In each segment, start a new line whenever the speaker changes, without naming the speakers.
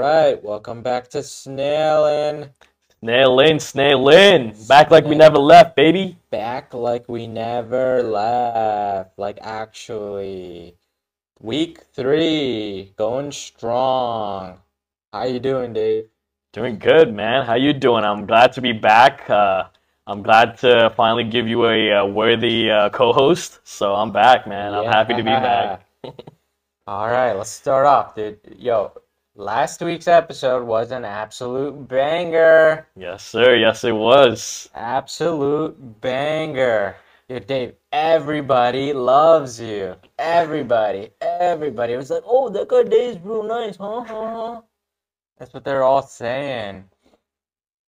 Welcome back to Snailin.
Snail in, snail in. Back like we never left, baby.
Back like we never left. Like, actually. Week three. Going strong. How you doing, Dave?
Doing good, man. How you doing? I'm glad to be back. Uh, I'm glad to finally give you a, uh worthy uh, co-host. So I'm back, man. I'm happy to be back.
Yeah. All right, let's start off, dude. Yo, last week's episode was an absolute banger.
Yes, sir. Yes, it was.
Absolute banger. Dude, Dave, everybody loves you. Everybody, everybody. It was like, oh, that guy Dave's real nice, huh, huh, huh. That's what they're all saying.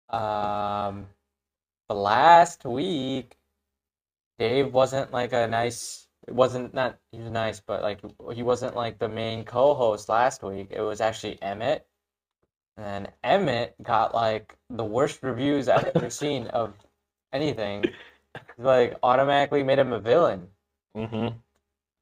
Um, but last week, Dave wasn't like a nice, it wasn't not, he was nice, but like he wasn't like the main co-host last week. It was actually Emmett. And Emmett got like the worst reviews I've ever seen of anything. Like automatically made him a villain.
hmm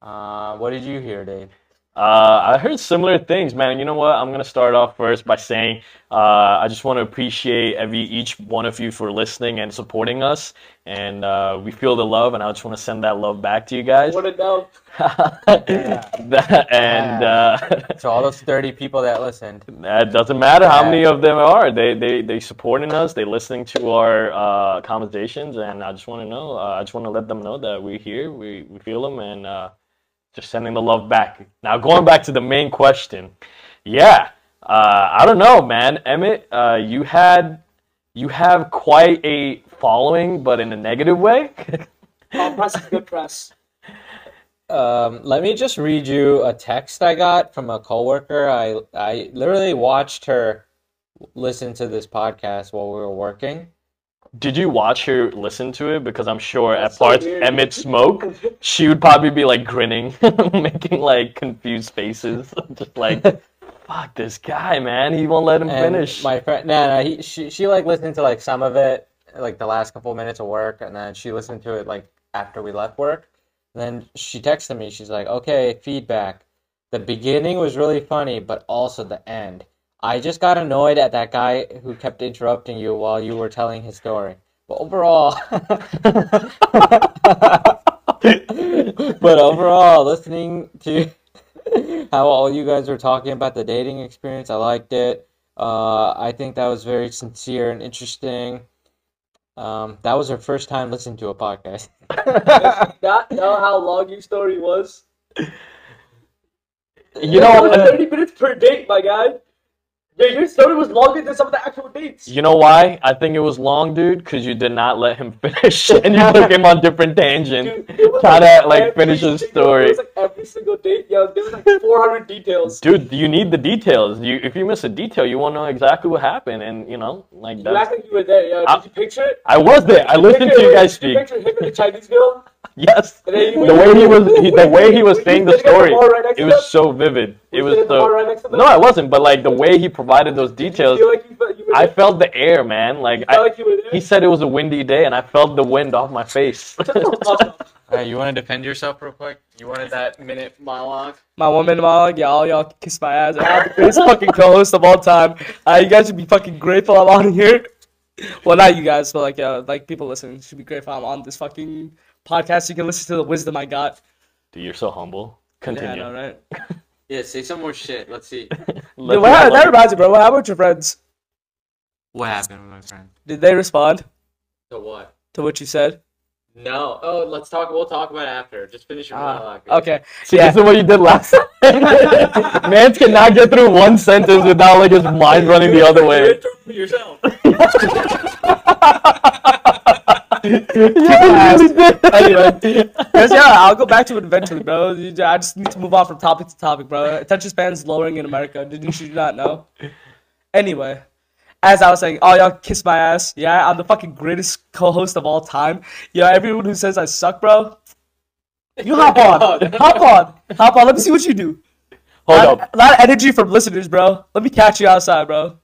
Uh, what did you hear, Dave?
Uh, I heard similar things, man. You know what? I'm gonna start off first by saying uh, I just want to appreciate every each one of you for listening and supporting us, and uh, we feel the love, and I just want to send that love back to you guys.
What a dope.
That- and uh,
So all those 30 people that listened.
It doesn't matter how many of them are. They they they supporting us. They listening to our uh, conversations, and I just want to know. Uh, I just want to let them know that we're here. We we feel them, and uh, just sending the love back. Now going back to the main question. Yeah, uh, I don't know, man. Emmett, uh, you had you have quite a following, but in a negative way.
All press is good press.
Um, let me just read you a text I got from a coworker. I I literally watched her listen to this podcast while we were working.
Did you watch her listen to it? Because I'm sure
That's
at
so
parts
weird.
Emmett Smoke, she would probably be like grinning, making like confused faces, just like, "Fuck this guy, man! He won't let him
And
finish."
my friend, nah, nah, he, she she like listened to like some of it, like the last couple minutes of work, and then she listened to it like after we left work. Then she texted me. She's like, "Okay, feedback. The beginning was really funny, but also the end. I just got annoyed at that guy who kept interrupting you while you were telling his story. But overall, but overall, listening to how all you guys were talking about the dating experience, I liked it. Uh, I think that was very sincere and interesting. Um, that was her first time listening to a podcast.
Not know how long your story was.
you know,
Only 30 minutes per date, my guy. Yeah, your story was longer than some of the actual dates.
you know why? I think it was long, dude, because you did not let him finish, and you took him on different tangents,
Dude, it was
trying to like
every
finish his
single- It
story.
was like every single date. Yeah, there was like 400 details.
Dude, you need the details. You if you miss a detail, you want to know exactly what happened, and you know, like
You
that's.
act like you were there. Yeah, did
I-
you picture it?
I was there. I listened to
Picture-
you guys
did you
speak.
Picture him with the Chinese girl.
Yes, the
And then you-
way he was, he, the way he was
Were you
saying the
sitting at the
story,
bar right next
it
to them?
was so vivid. It
Were
was
you sitting at the bar
so.
right next to them?
No, I wasn't, but like the way he provided those
You
details,
feel like you, felt- you were
I
there?
felt the air, man. Like
You felt
I,
like you were there.
he said, it was a windy day, and I felt the wind off my face.
All right, you want to defend yourself real quick? You wanted that minute monologue?
My one minute monologue, y'all, y'all kiss my ass. I'm the greatest fucking co-host of all time. Uh, you guys should be fucking grateful I'm on here. Well, not you guys, but like, uh, like people listening should be grateful I'm on this fucking podcast. You can listen to the wisdom I got.
Dude, you're so humble.
Yeah, I
Continue.
know, right?
Yeah, say some more shit. Let's see.
Let's
Dude, what
not
hap- that
let-
reminds me, bro. What happened with your friends?
What happened with my friend?
Did they respond
To what?
to what you said?
No. Oh, let's talk. We'll talk about it after. Just finish your
Ah,
monologue.
okay.
See,
Yeah.
this is what you did last time. Man cannot get through one sentence without like his mind running the other way.
yourself.
yeah, he really did.
Yes, yeah, I'll go back to it eventually, bro. You ju- I just need to move on from topic to topic, bro. Attention span's lowering in America. Didn't you not know? Anyway, as I was saying, oh y'all kiss my ass. Yeah, I'm the fucking greatest co-host of all time. Yeah, everyone who says I suck, bro. You hop on, hop on, hop on. Let me see what you do.
Hold
A lot-
up.
a lot of energy from listeners, bro. Let me catch you outside, bro.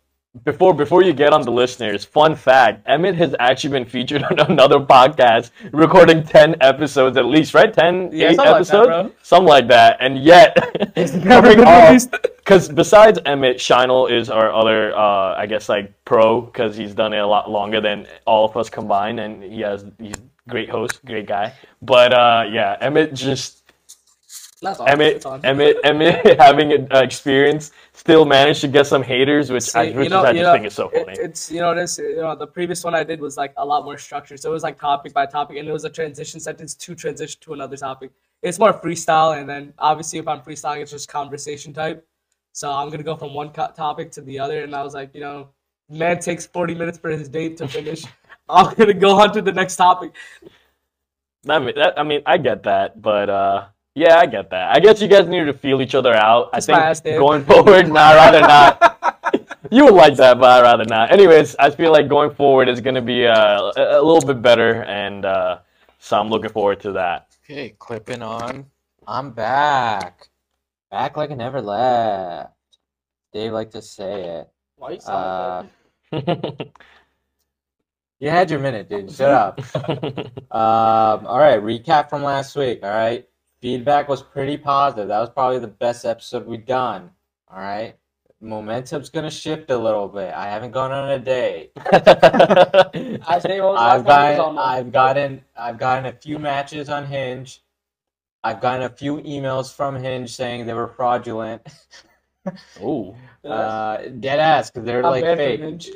before before you get on the listeners, fun fact: Emmett has actually been featured on another podcast, recording ten episodes at least, right? Ten,
Yeah,
eight
something like that,
episodes,
bro.
something like that. And yet,
never been released.
because besides Emmett, Shinel is our other, uh, I guess, like pro because he's done it a lot longer than all of us combined, and he has he's a great host, great guy. But uh, yeah, Emmett just
That's all.
Emmett,
It's on.
Emmett, Emmett, having an uh, experience, still managed to get some haters, which I,
See,
which
you know,
I
you
just
know,
think is so
it-
funny.
it's you know it is you know the previous one I did was like a lot more structured, so it was like topic by topic, and it was a transition sentence to transition to another topic. It's more freestyle, and then obviously if I'm freestyling, it's just conversation type. So I'm gonna go from one co- topic to the other, and I was like, you know, man takes 40 minutes for his date to finish. I'm gonna go on to the next topic.
I mean, that, I mean, I get that, but uh, yeah, I get that. I guess you guys needed to feel each other out. I
Kiss my ass,
think
dude.
going forward, nah, I'd rather not. You would like that, but I'd rather not. Anyways, I feel like going forward is going to be uh, a, a little bit better, and uh, so I'm looking forward to that.
Okay, clipping on. I'm back. Back like I never left. Dave like to say it.
Why you sound
Uh,
like
you had your minute, dude. Shut up. Um, all right, recap from last week. All right, feedback was pretty positive. That was probably the best episode we've done. All right, momentum's gonna shift a little bit. I haven't gone on a date.
that? I say what was the
I've
last time you
gotten,
was on there?
I've gotten, I've gotten a few matches on Hinge. I've gotten a few emails from Hinge saying they were fraudulent.
Ooh.
Uh, dead ass, because they're
I'm
like
banned from
fake.
Hinge.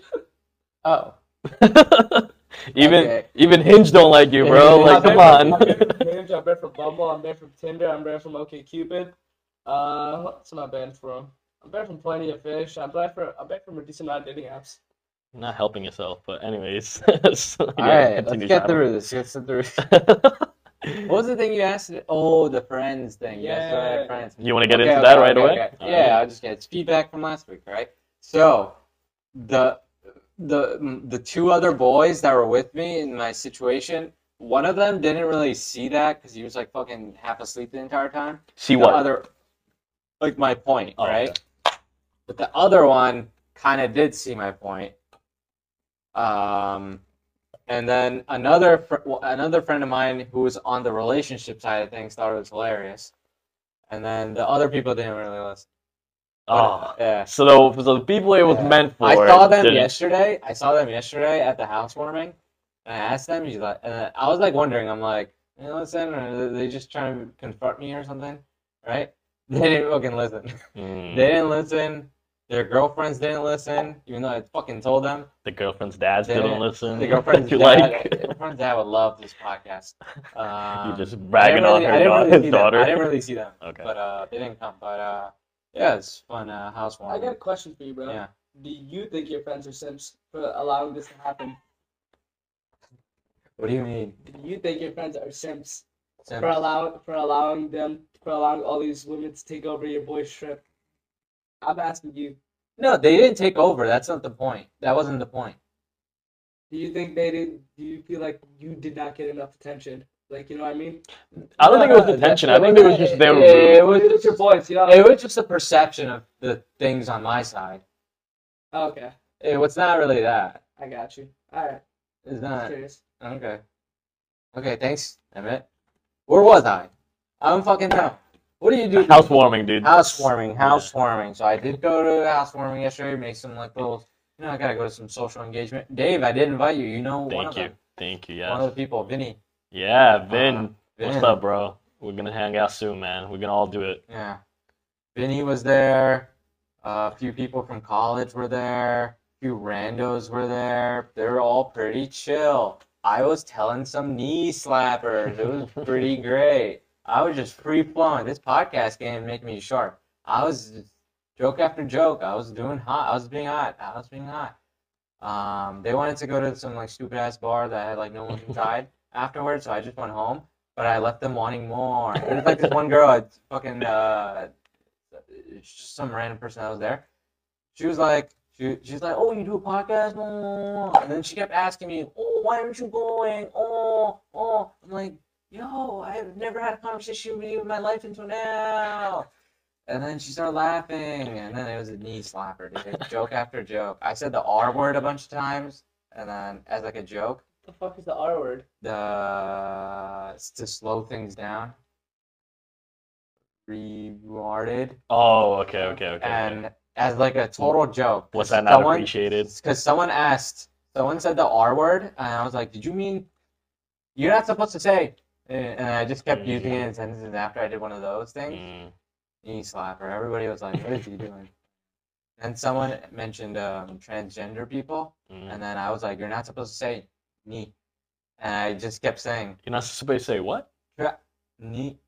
Oh,
even
Okay.
even Hinge don't like you, bro.
Yeah,
like,
yeah,
come
yeah.
on.
I'm banned from Hinge, I'm banned from Bumble, I'm banned from Tinder, I'm banned from OkCupid. Uh, what's my banned from? I'm banned from Plenty of Fish. I'm banned from I'm banned from a decent amount of dating apps.
Not helping yourself, but anyways. so,
all
yeah,
right, let's
continue,
get
Simon.
through this. Let's get through. What was the thing you asked? Oh, the friends thing. Yes,
Yeah.
right, friends.
you want to get
Okay,
into
okay,
that right
okay,
away?
okay.
All
Yeah,
right.
I'll just get it's feedback from last week, right? So the the the two other boys that were with me in my situation, one of them didn't really see that because he was like fucking half asleep the entire time.
See
The
what?
other, like my point,
Oh,
right? But the other one kind of did see my point. Um, and then another fr- well, another friend of mine who was on the relationship side of things thought it was hilarious. And then the other people didn't really listen.
Oh.
Yeah.
So the, so the people it was
Yeah.
meant for.
I saw them
didn't-
yesterday. I saw them yesterday at the housewarming, and I asked them. He's like, and I was like wondering. I'm like, you know, listen, are they just trying to confront me or something, right? They didn't fucking listen.
Mm,
They didn't listen. Their girlfriends didn't listen, even though I fucking told them.
the girlfriend's dads
They-
didn't listen.
The girlfriend's
you
dad,
like?
girlfriend's dad would love this podcast. Um,
you just bragging
I didn't really- I
on her
didn't really see
da- his
them.
daughter.
I didn't really see them,
okay.
but uh, they didn't come. But uh, yeah, it's fun uh,
I got a
housewarming.
question for you, bro.
Yeah.
Do you think your friends are simps for allowing this to happen?
What do you mean?
Do you think your friends are simps
Sam?
for allowing for allowing them for allowing all these women to take over your boy's trip? I'm asking you.
No, they didn't take over. That's not the point. That wasn't the point.
Do you think they did? Do you feel like you did not get enough attention? Like you know what I mean?
I don't think it
No,
was attention. I
that's-
think it was just they were
it-
rude.
it was-
Look at your boys, you know.
It was just a perception of the things on my side.
Oh, okay,
It was not really that.
I got you. All right,
It's
I'm
not.
curious.
Okay. Okay, thanks, Emmett. Where was I? I don't fucking know. What do you do?
Housewarming, dude.
Housewarming, housewarming. So I did go to housewarming yesterday, make some like little, you know, I gotta go to some social engagement. Dave, I did invite you. You know, one
Thank
of
you.
them.
Thank you.
One of
Yeah.
the people, Vinny.
Yeah, Vin.
Ah, Vin.
What's up, bro? We're gonna hang out soon, man. We're gonna all do it.
Yeah. Vinny was there. a few people from college were there. A few randos were there. They were all pretty chill. I was telling some knee slappers. It was pretty great. I was just free flowing. This podcast game making me sharp. I was just joke after joke. I was doing hot. I was being hot. I was being hot. Um, they wanted to go to some like stupid ass bar that had like no one inside afterwards, so I just went home. But I left them wanting more. There's like this one girl, it's fucking uh, it's just some random person that was there. She was like, she, she's like, oh, you do a podcast, oh. and then she kept asking me, oh, why aren't you going? Oh, oh, I'm like, yo, I've never had a conversation with you in my life until now. And then she started laughing, and then it was a knee slapper, dude. joke after joke. I said the R word a bunch of times, and then as like a joke,
the fuck is the R word?
the s- to slow things down. Rewarded,
Oh, okay, okay, okay.
and as like a total joke.
was that not
someone-
appreciated?
Because someone asked, someone said the R word, and I was like, "Did you mean you're not supposed to say?" And and I just kept using
Mm-hmm.
it in sentences after I did one of those things.
Mm.
knee slapper. Everybody was like, "What is he doing?" And someone mentioned um, transgender people,
mm.
and then I was like, "You're not supposed to say knee," and I just kept saying
You're not supposed to say what?
knee.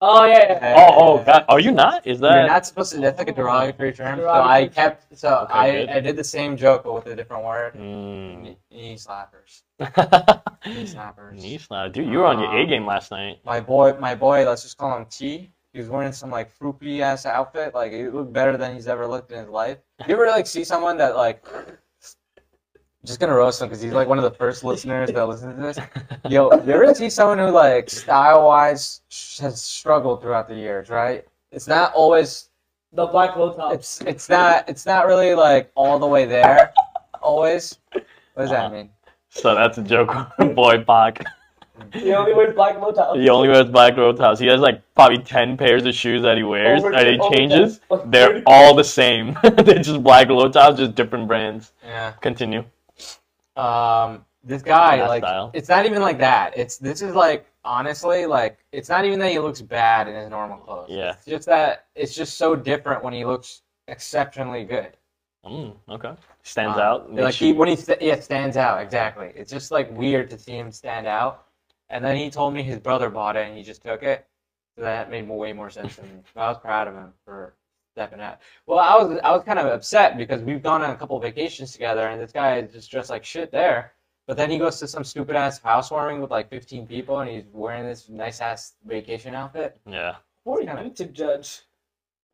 Oh yeah, yeah.
Oh, oh, God. Are you not? Is that?
You're not supposed to. That's like a derogatory term. So I
Derogatory
kept. So
Okay, good.
I, I did the same joke but with a different word.
Mm.
Knee, knee slappers. Knee slappers.
Knee slap. Dude, you were on your A
Um,
game last night.
My boy, my boy. Let's just call him T. He was wearing some like froopy ass outfit. Like it looked better than he's ever looked in his life. You ever like see someone that like? Just gonna roast him because he's like one of the first listeners that listens to this. Yo, you ever see someone who like style wise has struggled throughout the years, right? It's not always.
the black low top.
It's it's not it's not really like all the way there, always. What does that mean?
So that's a joke, boy. Pac.
He only wears black low top.
He only wears black road tops. He has like probably ten pairs of shoes that he wears
Oh
Over-
that he
over
changes.
ten- like
They're
thirty-
all the same. They're just black low tops, just different brands.
Yeah.
Continue.
um this guy
That
like
style.
it's not even like that it's this is like honestly like it's not even that he looks bad in his normal clothes
Yeah.
it's just that it's just so different when he looks exceptionally good
Mm, okay. Stands
Uh,
out.
like
makes
he
you-
when he st- yeah stands out exactly it's just like weird to see him stand out and then he told me his brother bought it and he just took it so that made way more sense to me i was proud of him for stepping out well i was i was kind of upset because we've gone on a couple vacations together and this guy is just dressed like shit there but then he goes to some stupid ass housewarming with like 15 people and he's wearing this nice ass vacation outfit
yeah.
Who are you to judge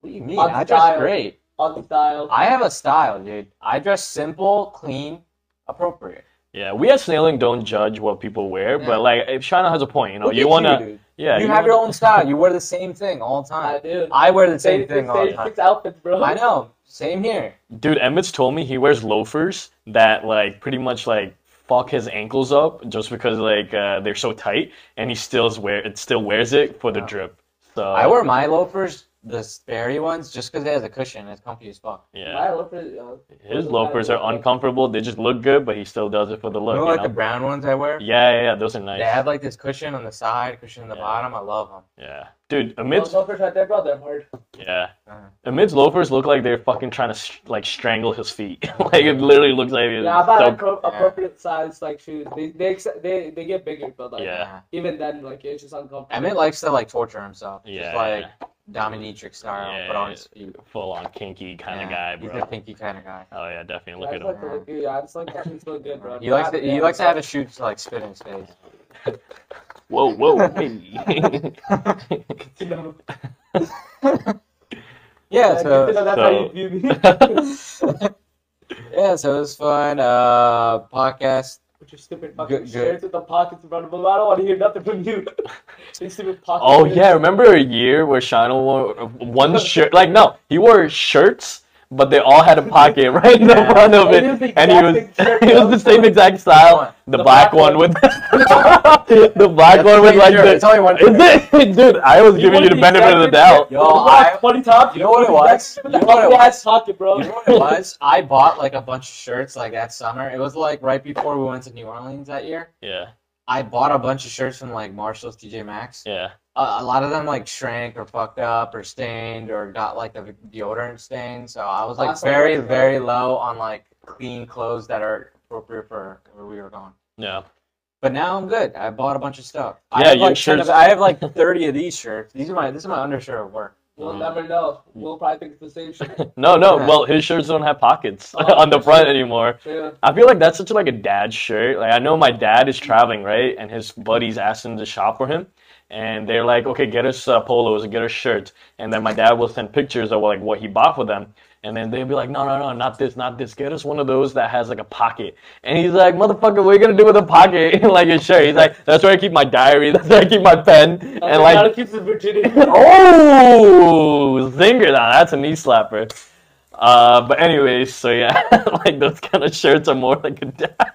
what do you mean
On
i
style.
dress great
on the style?
i have a style dude i dress simple clean appropriate
Yeah, we at Snailing don't judge what people wear,
Yeah.
but like if Shana has a point, you know,
Look
you
at
wanna,
dude.
yeah,
you
you
have your
wanna-
own style. You wear the same thing all the
I
time.
do.
I wear the same
Same-
thing all the
same
time.
six outfits, bro.
I know. Same here.
Dude, Emmett's told me he wears loafers that like pretty much like fuck his ankles up just because like uh, they're so tight, and he still is wear it still wears it for the
Wow.
drip. So
I wear my loafers, the Sperry ones, just because it has a cushion. It's comfy as fuck.
yeah,
My loafers, uh,
his loafers are uncomfortable. They just look good, but he still does it for the look.
you know,
you
like the
know?
brown ones I wear.
Yeah, yeah, yeah, those are
They
nice.
have like this cushion on the side, cushion on the
Yeah.
bottom. I love them.
Yeah, dude,
Those
Emmett's
loafers right there, bro. They're hard.
yeah,
Uh-huh.
Emmett's loafers look like they're fucking trying to sh like strangle his feet. like it literally looks like it's
Yeah, I buy
so-
appro- appropriate size like shoes. They they accept- they they get bigger, but like
Yeah.
even then, like it's just uncomfortable.
Emmett likes to like torture himself,
Yeah,
just like dominatrix style,
Yeah,
but on
yeah.
his feet.
full on kinky kind of
Yeah,
guy,
he's
bro.
a pinky kind of guy.
Oh yeah, definitely. Look
I just
at him.
like to look good. I just like that it's so good, bro.
He likes to he
Yeah.
likes to have his shoes like spit in his face.
Whoa, whoa, hey.
You know,
Yeah,
like,
so
you know, that's how
so-
you view me.
yeah, so it was fun. Uh, podcast
With your stupid fucking
Good- good.
shirts with the pockets in front of them. I don't want to hear nothing from you. Your stupid pockets.
oh yeah, remember a year where Shana wore one shirt? Like no, he wore shirts, but they all had a pocket right in the
Yeah.
front of
And it was
it,
the
and he was
exact same shirt,
it was the same exact style. The,
The
black,
black
one
one.
with the black
That's
one with
pretty
like
sure.
the.
It's only one.
Is it, dude? I was giving you the benefit of the doubt.
Yo, I-
funny top.
You know what it was?
You
You know what it
was? Pocket, bro.
You know what it was? I bought like a bunch of shirts like that summer. It was like right before we went to New Orleans that year.
Yeah,
I bought a bunch of shirts from like Marshalls, TJ Maxx.
yeah.
Uh, a lot of them like shrank or fucked up or stained or got like the deodorant stain. So I was like
Awesome.
very, very low on like clean clothes that are appropriate for where we were going.
Yeah,
But now I'm good. I bought a bunch of stuff. I
Yeah,
have,
your
like, 10 of-
shirts-
I have like 30 of these shirts. These are my this is my undershirt at work.
We'll never know. We'll probably think it's the same shit.
no, no.
Yeah.
Well, his shirts don't have pockets
Oh,
on the
for
front
sure.
anymore.
Yeah.
I feel like that's such like a dad shirt. Like I know my dad is traveling, right? And his buddies asked him to shop for him, and they're like, "Okay, get us uh, polos and get us shirts." And then my dad will send pictures of like what he bought for them, And then they'd be like, no, no, no, not this, not this. Get us one of those that has like a pocket. And he's like, motherfucker, what are you gonna do with a pocket? like your shirt. He's like, that's where I keep my diary. That's where I keep my pen. And
gotta
like,
keep the virginity.
oh, zinger! Now that's a knee slapper. Uh, but anyways, so yeah, like those kind of shirts are more like a dad.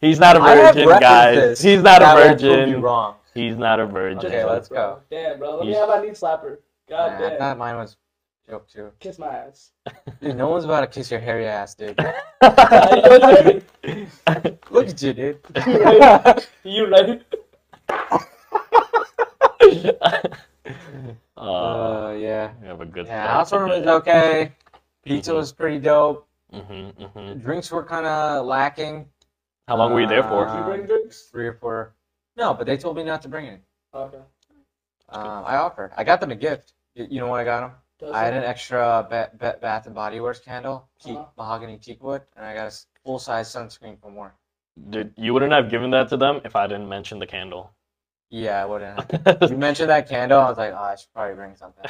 He's not a
I have
virgin,
referenced
guys.
this.
He's not
That
a
will prove you
virgin.
wrong.
He's not a virgin.
Okay, let's go.
Damn, bro. Let me
Yeah.
have my knee slapper. God
Nah,
damn.
I thought mine was a joke too.
Kiss my ass.
Dude, no one's about to kiss your hairy ass, dude. Look at you, dude.
You ready?
uh,
Uh, yeah.
we have a good
Yeah, housewarming was okay. Pizza was pretty dope.
Mm-hmm, hmm
Drinks were kind of lacking.
How long were you there for?
Did
Uh,
you bring drinks?
Three or four. No, but they told me not to bring any.
Okay.
Um, I offered. I got them a gift. You, you know what I got them?
Does
I had
it-
an extra ba- ba- Bath and Body Works candle, teak,
Uh-huh.
mahogany teak wood, and I got a full size sunscreen for more.
Dude, you wouldn't have given that to them if I didn't mention the candle.
Yeah, I wouldn't. you mentioned that candle. I was like, oh, I should probably bring something.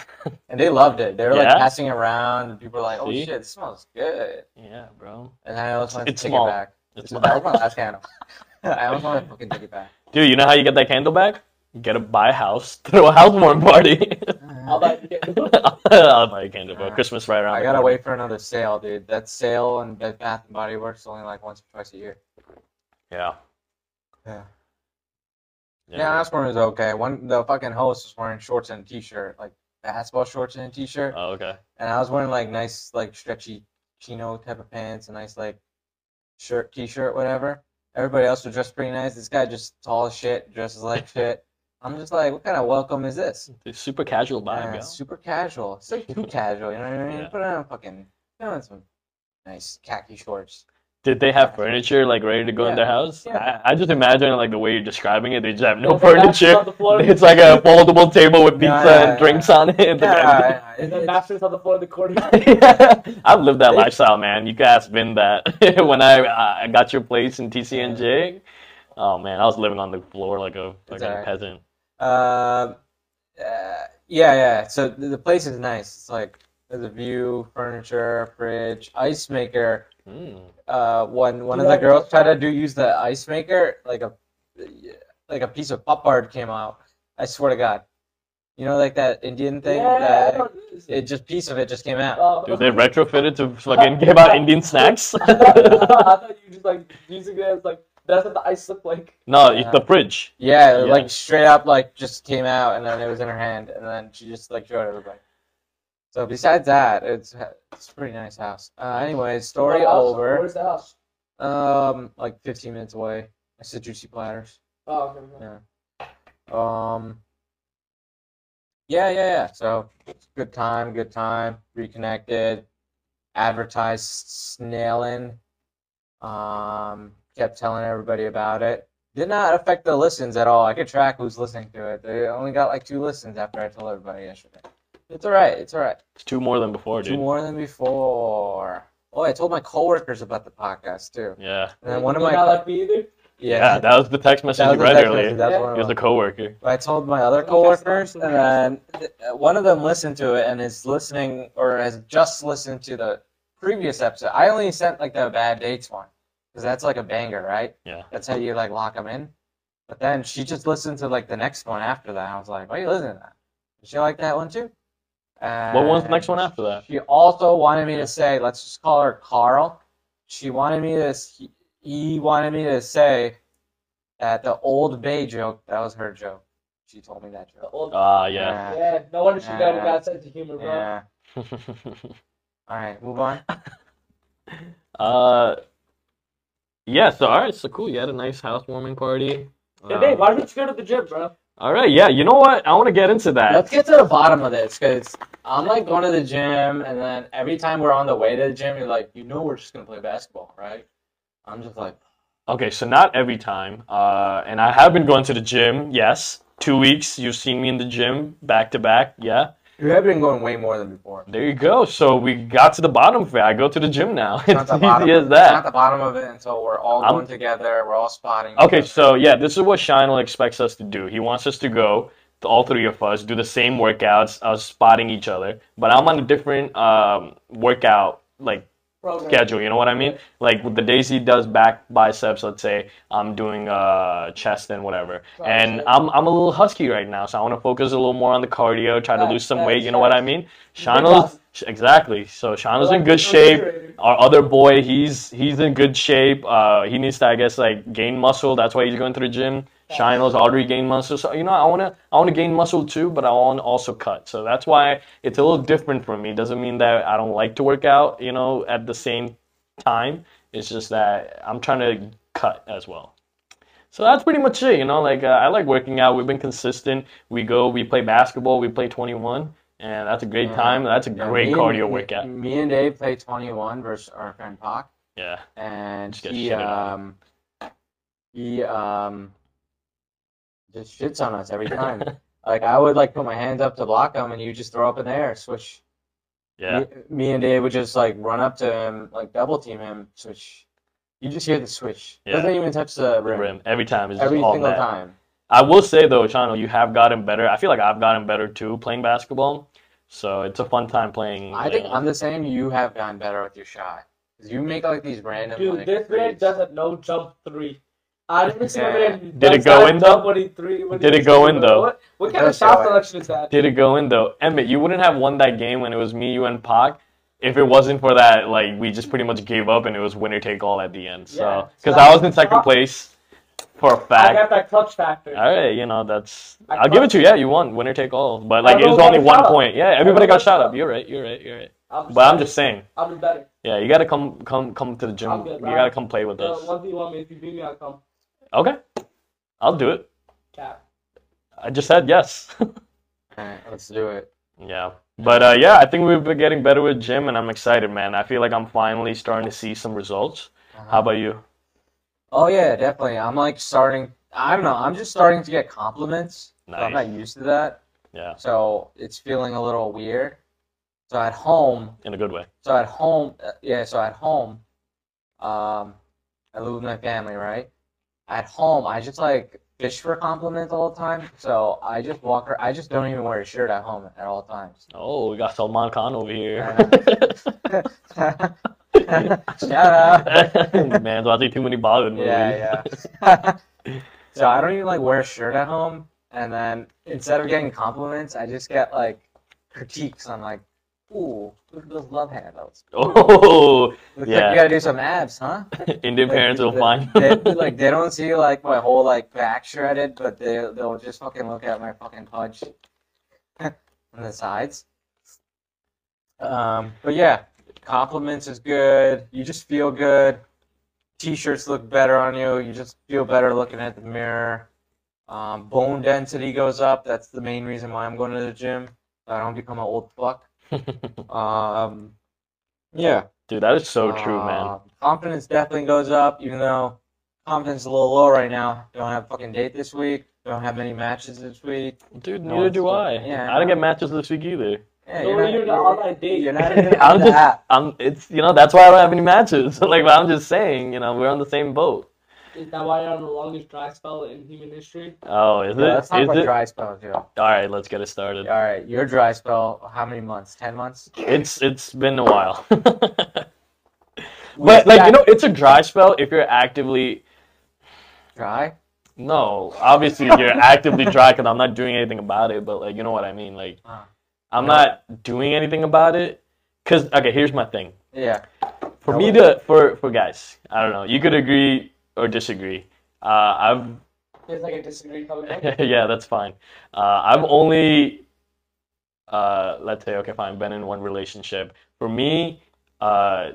And they loved it. They were
Yeah?
like passing it around. And people were like, oh
See?
shit, this smells good.
yeah, bro.
And I almost wanted
It's
to take
small.
it back.
It's
that was my last candle. I almost wanted to fucking take it back.
Dude, you know how you get that candle back? Get a buy a house, throw a housewarming party.
I'll buy you a candle.
I'll buy a candle for Christmas right around.
I
the
gotta
corner.
wait for another sale, dude. That sale and Bed Bath and Body Works is only like once or twice a year.
Yeah.
Yeah.
Yeah.
Yeah, last one was okay. One the fucking host was wearing shorts and a t-shirt, like basketball shorts and a t-shirt,
Oh, okay.
and I was wearing like nice like stretchy chino type of pants, a nice like shirt, t-shirt, whatever. Everybody else was dressed pretty nice. This guy just tall as shit, dresses like shit. I'm just like, what kind of welcome is this?
It's Super casual
Uh,
vibe, yo.
super casual. It's like too casual, you know what I mean?
Yeah.
Put on a fucking, put on some nice khaki shorts.
Did they have furniture like ready to go in
Yeah,
their house?
yeah.
I, I just imagine like the way you're describing it, they just have no
Throw the mattress
furniture.
on the floor.
It's like a foldable table with pizza
Yeah, yeah,
and drinks on it. and the-
Yeah,
And
it-
then
it's-
mattress on the floor in the corner.
I've lived that lifestyle, man. You guys been that. when I I got your place in TCNJ, oh man, I was living on the floor like a like a
alright.
peasant.
Uh, uh, yeah, yeah. So the, the place is nice. It's like there's a view, furniture, fridge, ice maker.
Mm.
Uh, one one of
Yeah.
the girls tried to do use the ice maker, like a like a piece of pop art came out. I swear to God, you know, like that Indian thing
Yeah, I
that
know what it is.
it just piece of it just came out.
Oh,
Dude, they retrofitted to fucking give out Indian snacks.
I thought you were just like using it as like that's what the ice looked like.
no, it's the fridge.
Yeah,
Yeah.
like straight up, like just came out, and then it was in her hand, and then she just like showed everybody. So besides that, it's it's a pretty nice house. Uh, anyway, story
What house?
over.
oh, Where's the house?
Um, like 15 minutes away. I said juicy platters.
Oh, okay. okay.
Yeah. Um. Yeah, yeah, yeah. So it's a good time, good time. Reconnected, advertised snailing. Um, kept telling everybody about it. Did not affect the listens at all. I could track who's listening to it. They only got like two listens after I told everybody yesterday. It's all right. It's all right.
It's two more than before,
Two
dude.
more than before. Oh, I told my coworkers about the podcast too.
Yeah.
And then one of
They're
my
not like me either.
Yeah, that was the text message
That
you
was a
read
text
earlier.
message, that's
Yeah.
one of
He was a
them.
coworker.
I told my other coworkers, and then th- one of them listened to it and is listening or has just listened to the previous episode. I only sent like the bad dates one because that's like a banger, right?
Yeah.
That's how you like lock them in. But then she just listened to like the next one after that. I was like, why are you listening to that? Did she like that one too?
What one's the
And
next one after that?
She also wanted me to say, let's just call her Carl. She wanted me to, he, he wanted me to say that the old Bay joke, that was her joke. She told me that
The
joke.
old.
Ah, yeah.
Yeah.
yeah. No wonder she got a
Yeah.
bad sense of humor, bro.
Yeah. All right, move on.
uh, yeah. So all right, so cool. You had a nice housewarming party.
Hey,
Uh,
babe, why don't you go to the gym, bro?
all right. Yeah. You know what? I want to get into that.
Let's get to the bottom of this because I'm like going to the gym, and then every time we're on the way to the gym, you're like, you know, we're just gonna play basketball, right? I'm just like,
Okay, so not every time. Uh, and I have been going to the gym, yes. Two weeks, you've seen me in the gym back to back, yeah.
you have been going way more than before.
There you go. So we got to the bottom of it. I go to the gym now.
It's not
It's
the
easy
bottom.
as
It's not
that.
the bottom of it until we're all
I'm-
going together. We're all spotting.
Okay,
each
so yeah, this is what Shinel expects us to do. He wants us to go all three of us do the same workouts, uh, spotting each other. But I'm on a different um, workout like
Program.
schedule. You know what I mean? Like with the days he does back biceps, let's say I'm doing uh chest and whatever. And I'm I'm a little husky right now, so I want to focus a little more on the cardio, try to
Facts,
lose some
facts,
weight. You know what I
facts.
mean?
loss.
Shauna's exactly. So Shauna's in
Like,
good
no
shape.
refrigerator.
Our other boy, he's he's in good shape. Uh, he needs to, I guess, like gain muscle. That's why he's going to the gym. Shinos already gained muscle, so you know I wanna I wanna gain muscle too, but I wanna also cut. So that's why it's a little different for me. Doesn't mean that I don't like to work out, you know, at the same time. It's just that I'm trying to cut as well. So that's pretty much it, you know. Like uh, I like working out. We've been consistent. We go, we play basketball, we play 21, and that's a great
Yeah.
time. That's a
Uh-huh. Yeah,
great
me and-
cardio workout.
Me and Dave played 21 versus our friend Pac.
Yeah.
and
Just get
he
shitted on.
um he um just shits on us every time. like I would like put my hands up to block him, and you just throw up in the air. Switch.
Yeah.
Me, me and Dave would just like run up to him, like double team him. Switch. You just hear the switch.
Yeah.
Doesn't even touch the
The
rim.
rim. Every time is just
Every
all
single
that.
time.
I will say though, Chano, you have gotten better. I feel like I've gotten better too playing basketball. So it's a fun time playing.
I think
uh,
I'm the same. You have gotten better with your shot. 'Cause You make like these random.
Dude,
like,
this man
threes.
does a no jump three. I didn't see my
Yeah.
man. who
Did it
does
go
not
in,
jump
though?
When he three, when he
Did it
was
go
three,
in,
but
though?
What, what
It
kind of
does go
shot
in.
selection is that?
Did it go in though? Emmett, you wouldn't have won that game when it was me, you, and Pac if it wasn't for that. Like we just pretty much gave up and it was winner take all at the end.
Yeah.
So because I was in second place for a
I got
fact.
that clutch factor.
All right, you know that's.
I
I'll give it
thought-
to you. Yeah, you won winner take all, but like it was
Everyone got
only
a
one
shot up.
point. Yeah, everybody
Everyone
got
got
shot
shot
up. You're right. You're right. You're right.
I'm
But I'm just saying.
I'll be better.
Yeah, you gotta come, come, come to the gym.
I'm good,
You
bro.
gotta come play with
The
us.
Uh, one v one me. If you beat me, I'll come.
Okay, I'll do it.
Cap.
I just said yes.
All right, let's do it.
Yeah. But uh, yeah, I think we've been getting better with Jim, and I'm excited, man. I feel like I'm finally starting to see some results. How about you?
Oh yeah, definitely. I'm like starting. I don't know. I'm just starting to get compliments. so I'm
Nice.
not used to that,
Yeah,
so it's feeling a little weird. So at home,
in a good way.
so at home, uh, yeah. So at home, um, I live with my family, right? At home, I just like fish for compliments all the time. So I just walk. ar- I just don't even wear a shirt at home at all times.
Oh, we got Salman Khan over here.
Shut up.
Man's watching too many Bollywood movies.
Yeah, yeah. so I don't even like wear a shirt at home, and then instead of getting compliments, I just get like critiques on like, "Ooh, look at those love handles.
Oh,
Looks like
Yeah.
you gotta do some abs, huh?"
Indian
Like,
parents will
they-
find.
they, like they don't see like my whole like back shredded, but they they'll just fucking look at my fucking punch on the sides. Um, but yeah, compliments is good. You just feel good. T-shirts look better on you. You just feel better looking at the mirror. Um, bone density goes up. That's the main reason why I'm going to the gym. So I don't become an old fuck. Um, yeah.
Dude, that is so true, man.
Uh, Confidence definitely goes up, even though confidence is a little low right now. Don't have a fucking date this week. Don't have many matches this week.
Dude,
no,
neither
it's
do
cool.
I.
Yeah,
I didn't
no.
get matches this week either.
Yeah,
So you're the online date.
You're not even
I'm
on the
just-
app.
I'm. It's you know that's why I don't have any matches. like but I'm just saying, you know, we're on the same boat.
Is that why you're on the longest dry spell in human history?
Oh, is
No, let's talk
it? Is
about
it?
dry spells, yo. All
All right, let's get it started.
right, your dry spell. How many months? Ten months.
It's it's been a while. but
Was
like you
that
know, it's a dry spell if you're actively
dry.
no, obviously you're actively dry because I'm not doing anything about it. But like you know what I mean, like
Uh,
I'm
No.
not doing anything about it. Cause okay, here's my thing.
yeah.
For
No
me
way.
to for for guys, I don't know. You could agree or disagree. Uh, I've
There's like a disagreement coming up.
yeah, that's fine. Uh, I've only, uh, let's say, okay, fine, been in one relationship. For me, uh,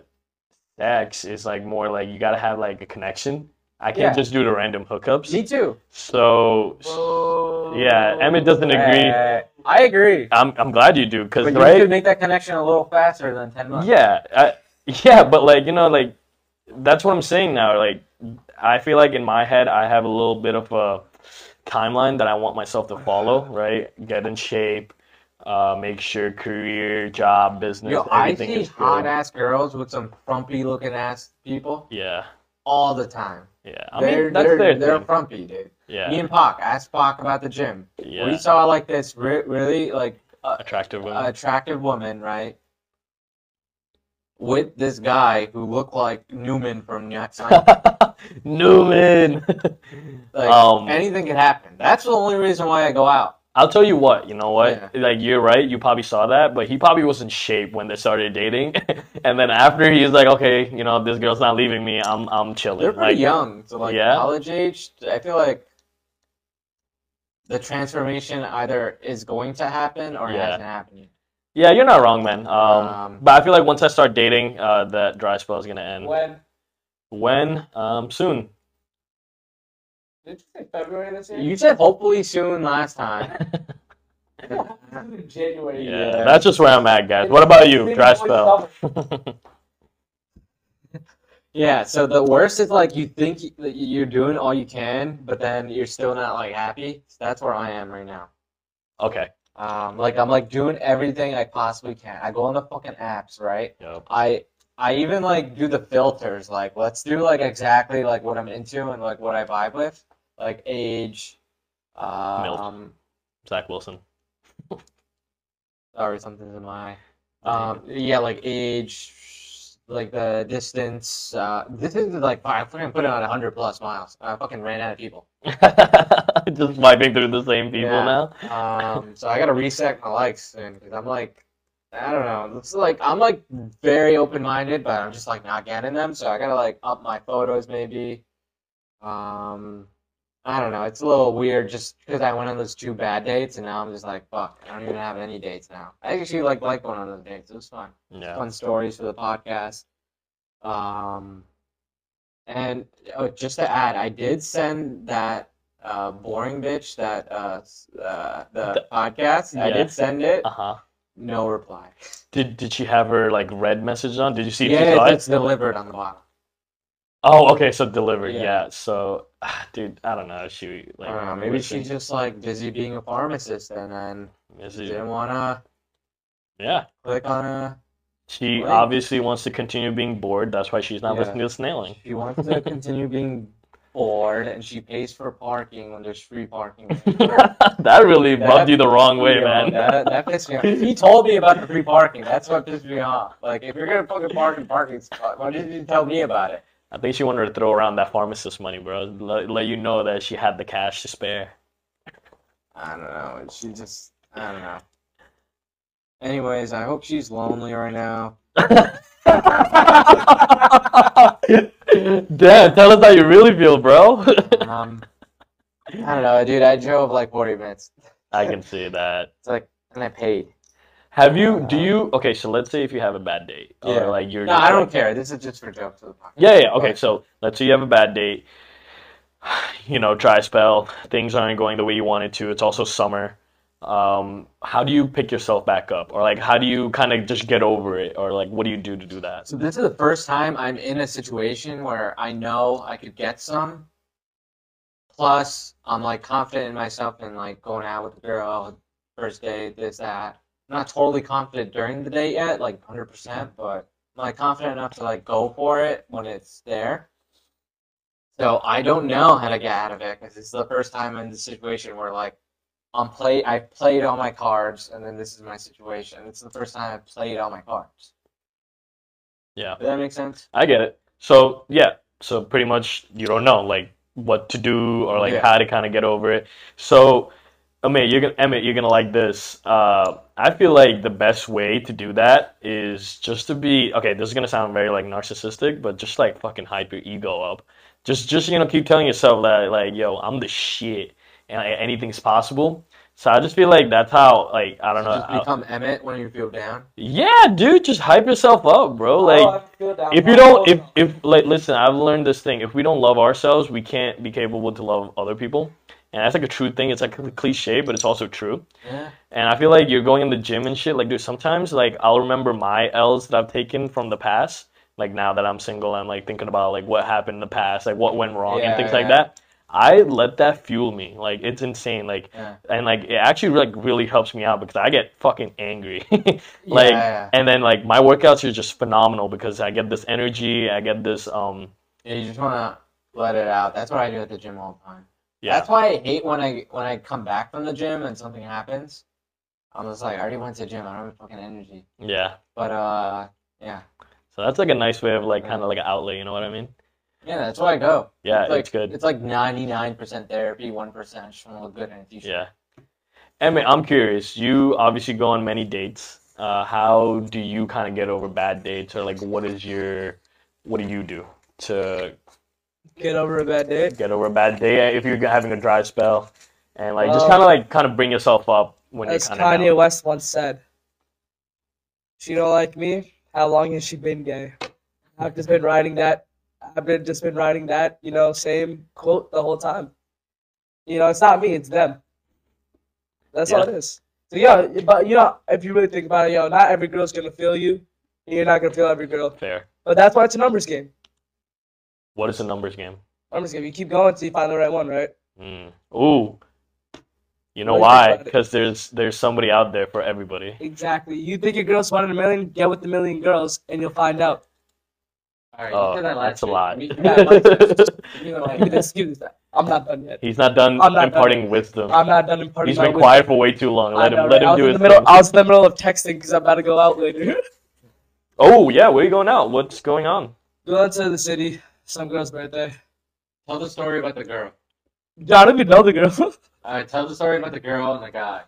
sex is like more like you gotta have like a connection. I can't
Yeah.
just do the random hookups.
Me too.
So,
Whoa.
yeah, Emmett doesn't agree.
Uh, I agree.
I'm I'm glad you do, cause
But you
right,
should make that connection a little faster than ten months.
yeah, I, yeah, but like you know, like that's what I'm saying now. Like I feel like in my head, I have a little bit of a timeline that I want myself to follow. Right, get in shape, uh, make sure career, job, business,
Yo, I
everything
see
is good.
hot ass girls with some frumpy looking ass people
Yeah,
all the time.
yeah. I
they're
mean, that's
they're
their
they're
thing.
frumpy, dude.
Yeah,
Me and Pac. Ask Pac about the gym.
Yeah,
We saw like this re- really like
attractive women.
attractive woman, right? With this guy who looked like Newman from New Seinfeld.
Newman.
Like
Um,
anything could happen. That's the only reason why I go out.
I'll tell you what, you know what? Like you're right, you probably saw that, but he probably was in shape when they started dating. and then after he was like, Okay, you know, this girl's not leaving me, I'm I'm chilling.
They're pretty
like
young, so like
yeah.
college age. I feel like the transformation either is going to happen or
Yeah.
hasn't happened. yet.
Yeah, you're not wrong, man. Um,
Um,
but I feel like once I start dating, uh that dry spell is gonna end.
When?
When? Um soon.
Did you say February this year?
You said hopefully soon last time.
In January.
Yeah, that's just where I'm at, guys. What about you? Dry spell.
yeah. So the worst is like you think y- that you're doing all you can, but then you're still not like happy. So that's where I am right now.
okay.
Um, like I'm like doing everything I possibly can. I go on the fucking apps, right?
Yup.
I I even like do the filters, like let's do like exactly like what I'm into and like what I vibe with, like age, um,
Zach Wilson.
sorry, something's in my eye. Um, yeah, like age, like the distance. Uh, this is like I fucking put it on 100 plus miles. I fucking ran out of people.
just wiping through the same people
Yeah.
now.
Um, so I gotta reset my likes soon because I'm like, I don't know. It's like I'm like very open minded, but I'm just like not getting them. So I gotta like up my photos maybe. Um, I don't know. It's a little weird just because I went on those two bad dates and now I'm just like, fuck. I don't even have any dates now. I actually like like going on those dates. It was fun
Yeah.
fun stories for the podcast. Um, and oh, just to add, I did send that uh, boring bitch that uh, s- uh, the,
The-
podcast. I
Yeah.
did send it.
Uh huh.
No reply.
Did did she have her like red message on? Did you see if she saw
yeah,
it?
it's delivered on the bottom.
Oh, okay, so delivered,
Yeah.
yeah. So, dude, I don't know. She like
I don't know. Maybe
was
she's
in-
just like busy being a pharmacist and then
is it-
didn't wanna
yeah.
click on a.
She
Right.
obviously wants to continue being bored. That's why she's not
Yeah.
listening to snailing.
She wants to continue being bored and she pays for parking when there's free parking.
That really
That-
rubbed you the wrong way,
Yo,
man.
That, that pissed me off. He told me about the free parking. That's what pissed me off. Like, if you're gonna fucking park in parking spot, why didn't you tell me about it?
I think she wanted to throw around that pharmacist money, bro. Let, let you know that she had the cash to spare.
I don't know. She just, I don't know. Anyways, I hope she's lonely right now.
Damn, tell us how you really feel, bro.
Um, I don't know, dude. I drove like 40 minutes.
I can see that.
It's like, and I paid.
Have you, do
Um,
you, okay, so let's say if you have a bad date, or
Yeah.
like you're
No,
just
I
like-
don't care. This is just for jokes of the podcast.
Yeah, yeah, okay.
Right.
So let's say you have a bad date. You know, dry spell, things aren't going the way you wanted to. It's also summer. Um, how do you pick yourself back up? Or like how do you kind of just get over it? Or like what do you do to do that?
So this is the first time I'm in a situation where I know I could get some. Plus, I'm like confident in myself and like going out with the girl, first date, this, that. I'm not totally confident during the date yet, like 100%, but I'm like confident enough to like go for it when it's there. So I don't know how to get out of it because this is the first time in the situation where like I'm play I played all my cards and then this is my situation. It's the first time I've played all my cards.
Yeah,
Does that make sense?
I get it. So yeah, so pretty much you don't know like what to do or like
Yeah.
how to kind of get over it. So Emmett, you're gonna Emmett, you're gonna like this. Uh, I feel like the best way to do that is just to be okay. This is gonna sound very like narcissistic, but just like fucking hype your ego up. Just just you know keep telling yourself that like yo I'm the shit and like, anything's possible. So I just feel like that's how like I don't know.
Just become Emmett when you feel down.
yeah, dude, just hype yourself up, bro.
Oh,
Like.
I feel down
If
for
you don't, if
myself.
if like, listen, I've learned this thing. If we don't love ourselves, we can't be capable to love other people, and that's like a true thing. It's like a cliche, but it's also true.
Yeah.
And I feel like you're going in the gym and shit. Like, dude, sometimes like I'll remember my L's that I've taken from the past. Like now that I'm single, I'm like thinking about like what happened in the past, like what went wrong, and
Yeah,
things like
yeah.
that. I let that fuel me. Like it's insane. Like
Yeah.
and like it actually like really helps me out because I get fucking angry. Like,
yeah,
and then like my workouts are just phenomenal because I get this energy, I get this um
yeah. you just wanna let it out. That's what I do at the gym all the time.
Yeah.
That's why I hate when I when I come back from the gym and something happens. I'm just like, I already went to the gym. I don't have fucking energy.
Yeah.
But uh, yeah,
So that's like a nice way of like kind of like an outlet. You know what I mean?
yeah, that's why I go.
Yeah,
it's, like,
it's good.
It's like 99% therapy, 1% just want to look good in a t-shirt.
Yeah. Emma, I'm curious. You obviously go on many dates. Uh, how do you kind of get over bad dates, or like, what is your, what do you do to
Get over a bad day.
get over a bad day if you're having a dry spell, and like just
Well,
kind of like kind of bring yourself up when you're
As
kind
Kanye
of
West once said, "She don't like me. How long has she been gay?" I've just been writing that. I've been just been writing that. You know, same quote the whole time. You know, it's not me. It's them. That's all it is. So yeah, but you know, if you really think about it, yo, not every girl's gonna feel you. And you're not gonna feel every girl.
fair.
But that's why it's a numbers game.
What is the numbers game?
Numbers game. You keep going until you find the right one, right?
Mm. Ooh, you know
What do you think
why?
about it?
Because there's there's somebody out there for everybody.
Exactly. You think your girl's one in a million? Get with the million girls, and you'll find out.
All right,
Oh,
you did that last
that's a
week.
lot.
You did that last week. You did that
You can
last week.
excuse that. I'm not done yet.
He's not done
I'm not done.
imparting wisdom.
I'm not done imparting.
He's
my
been
wisdom.
quiet for way too long.
I
Let
know,
him
right?
let
I
him
was
do
in
his
the middle.
thing.
I was in the middle of texting because I'm about to go out later.
Oh yeah, where are you going out? What's going on?
go out to the city. Some girl's birthday.
Tell the story about the girl.
Dude, I don't even know the girl.
All right, tell the story about the girl and the guy.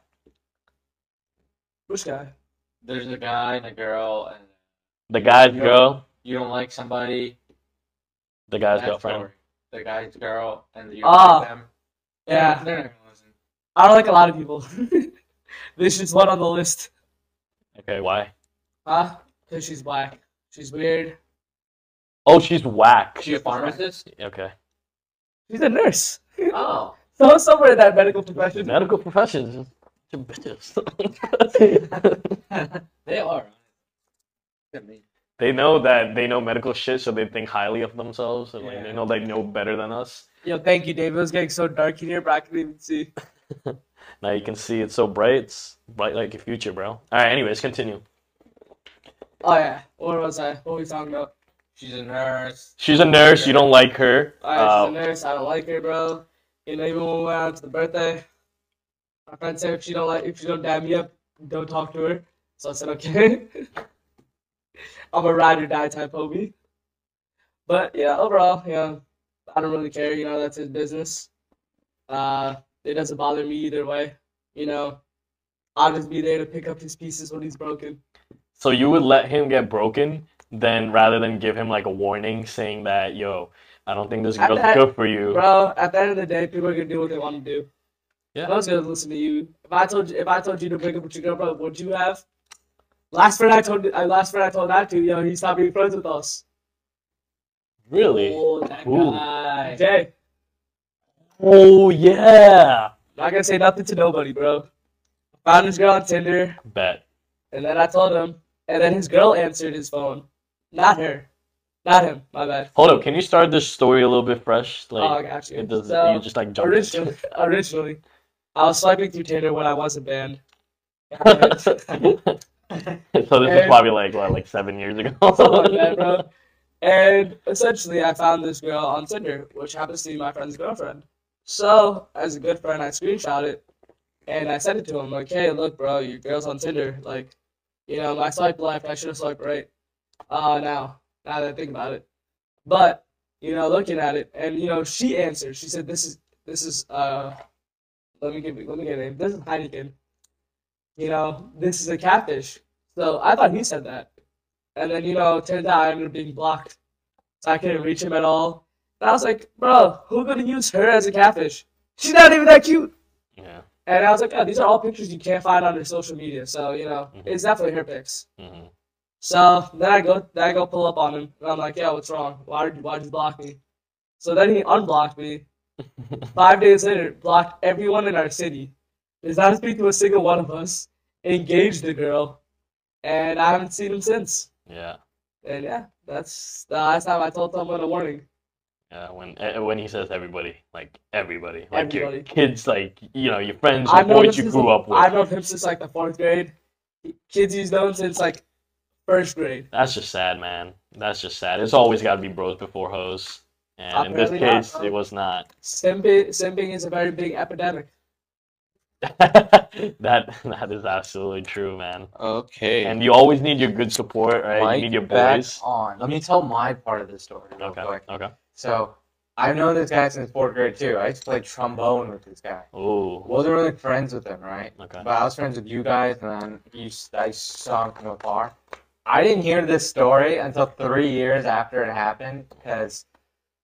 Which guy?
There's a guy and a girl, and
The guy's
Yeah.
girl,
you don't like somebody.
the guy's
that
girlfriend.
story. The guy's girl, and you
Ah,
like them.
Yeah,
They're not gonna listen.
I don't like a lot of people. this is one on the list.
Okay, why?
Huh? Because she's black. She's weird.
Oh, she's whack.
She a pharmacist?
Okay.
She's a nurse.
Oh.
So somewhere in that medical profession.
Medical professions. You're bitches.
They are. Look at me.
they know that they know medical shit, so they think highly of themselves, and like they
Yeah.
know they know better than us.
Yo, thank you, Dave. It was getting so dark in here, but I couldn't even see.
Now you can see it's so bright. It's bright like your future, bro. All right. Anyways, continue.
Oh yeah. What was I? What were we talking about?
She's a nurse.
She's a nurse. You don't like her.
All right, she's
Uh,
a nurse. I don't like her, bro. You know, even when we went out to the birthday, my friend said if she don't like, if she don't dab me up, don't talk to her. So I said, okay. I'm a ride or die type homie. But yeah, overall, yeah, I don't really care. You know, that's his business. Uh, it doesn't bother me either way. You know, I'll just be there to pick up his pieces when he's broken.
So you would let him get broken, then rather than give him like a warning saying that, yo, I don't think this
At
girl's
that-
good for you.
Bro, at the end of the day, people are gonna do what they want to do.
Yeah.
Yeah. I was gonna listen to you. If I told you, if I told you to break up with your girl, bro, would you have? Last friend I told, I last friend I told that to, yo, he stopped being friends with us.
Really?
Oh, that
Ooh.
guy.
Jay,
Oh yeah.
not gonna say nothing to nobody, bro. Found his girl on Tinder,
Bet.
and then I told him, and then his girl answered his phone, not her, not him. My bad.
Hold up, can you start this story a little bit fresh?
Oh, I
Like
got you.
it does
So-
you just like jump into
Originally, originally, I was swiping through Tinder when I wasn't banned.
it. So this is
And-
probably like what, like seven years ago.
something like that, bro. And essentially, I found this girl on Tinder, which happens to be my friend's girlfriend. So, as a good friend, I screenshot it and I sent it to him. Like, hey, look, bro, your girl's on Tinder. Like, you know, I swiped left. I should have swiped right. Uh, now, now that I think about it, but you know, looking at it, and you know, she answered. She said, "This is this is uh, let me give you, let me get a name. This is Heineken. You know, this is a catfish." So I thought he said that. And then, you know, it turns out I ended up being blocked. So I couldn't reach him at all. And I was like, bro, who gonna use her as a catfish? She's not even that cute.
Yeah.
And I was like, oh, these are all pictures you can't find on her social media. So, you know,
Mhm.
it's definitely her pics.
Mhm.
So then I go then I go pull up on him and I'm like, yeah, what's wrong? Why did why'd you block me? So then he unblocked me. Five days later, blocked everyone in our city. Does not speak to a single one of us. Engaged the girl. And I haven't seen him since.
Yeah.
And yeah, that's the last time I told someone a warning.
Yeah, when eh, when he says everybody, like everybody, like your
Everybody.
kids, like you know your friends, the
I've known him
boys you
since,
grew
like-
up with.
I've known him since like the fourth grade. Kids he's known since like first grade.
That's just sad, man. That's just sad. It's always got to be bros before hoes. And in this
Apparently not,
case, it was not.
Simping, simping is a very big epidemic.
that that is absolutely true, man.
Okay.
And you always need your good support, right?
Mike,
you need your
back
boys.
on. Let me tell my part of the story real
Okay.
quick.
Okay.
So I've known this guy since fourth grade too. I used to play trombone with this guy.
Oh.
Wasn't really friends with him, right?
Okay.
But I was friends with you guys, and then you, s- I saw him from afar. I didn't hear this story until three years after it happened because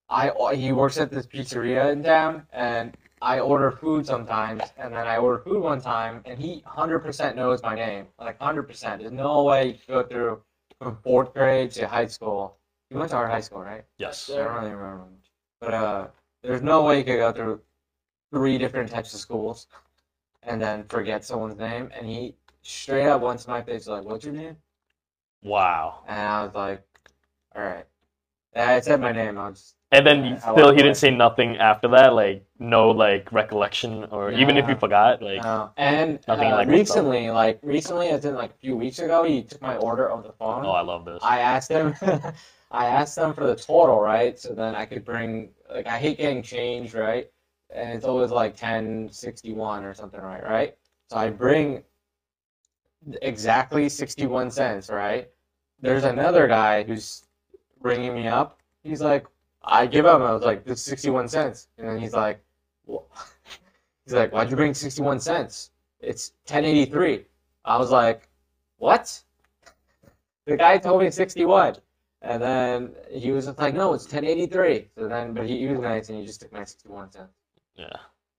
I he works at this pizzeria in town, and I order food sometimes, and then I order food one time, and he hundred percent knows my name, like hundred percent. There's no way you could go through from fourth grade to high school. You went to our high school, right?
Yes.
I don't really remember, but uh, there's no way you could go through three different types of schools and then forget someone's name. And he straight up once in my face like, "What's your name?"
Wow.
And I was like, "All right." And I said my name. I was
And then you-
I
still,
walked
he
away.
didn't say nothing after that. Like no, like recollection, or even if you
Nah.
forgot, like
no. And
nothing
uh,
like myself.
recently, like recently, as in like a few weeks ago, he took my order over the phone.
oh, I love this.
I asked them, I asked them for the total, right? So then I could bring, like, I hate getting change, right? And it's always like ten sixty one or something, right? Right? So I bring exactly sixty one cents, right? There's another guy who's bringing me up. He's like, I give him. I was like, this is sixty one cents, and then he's like, "Wha- he's like, why'd you bring sixty one cents? It's ten eighty three. I was like, what? the guy told me 61 and then he was just like no it's 1083 so then but he, he was nice and he just took my 61 cents
yeah.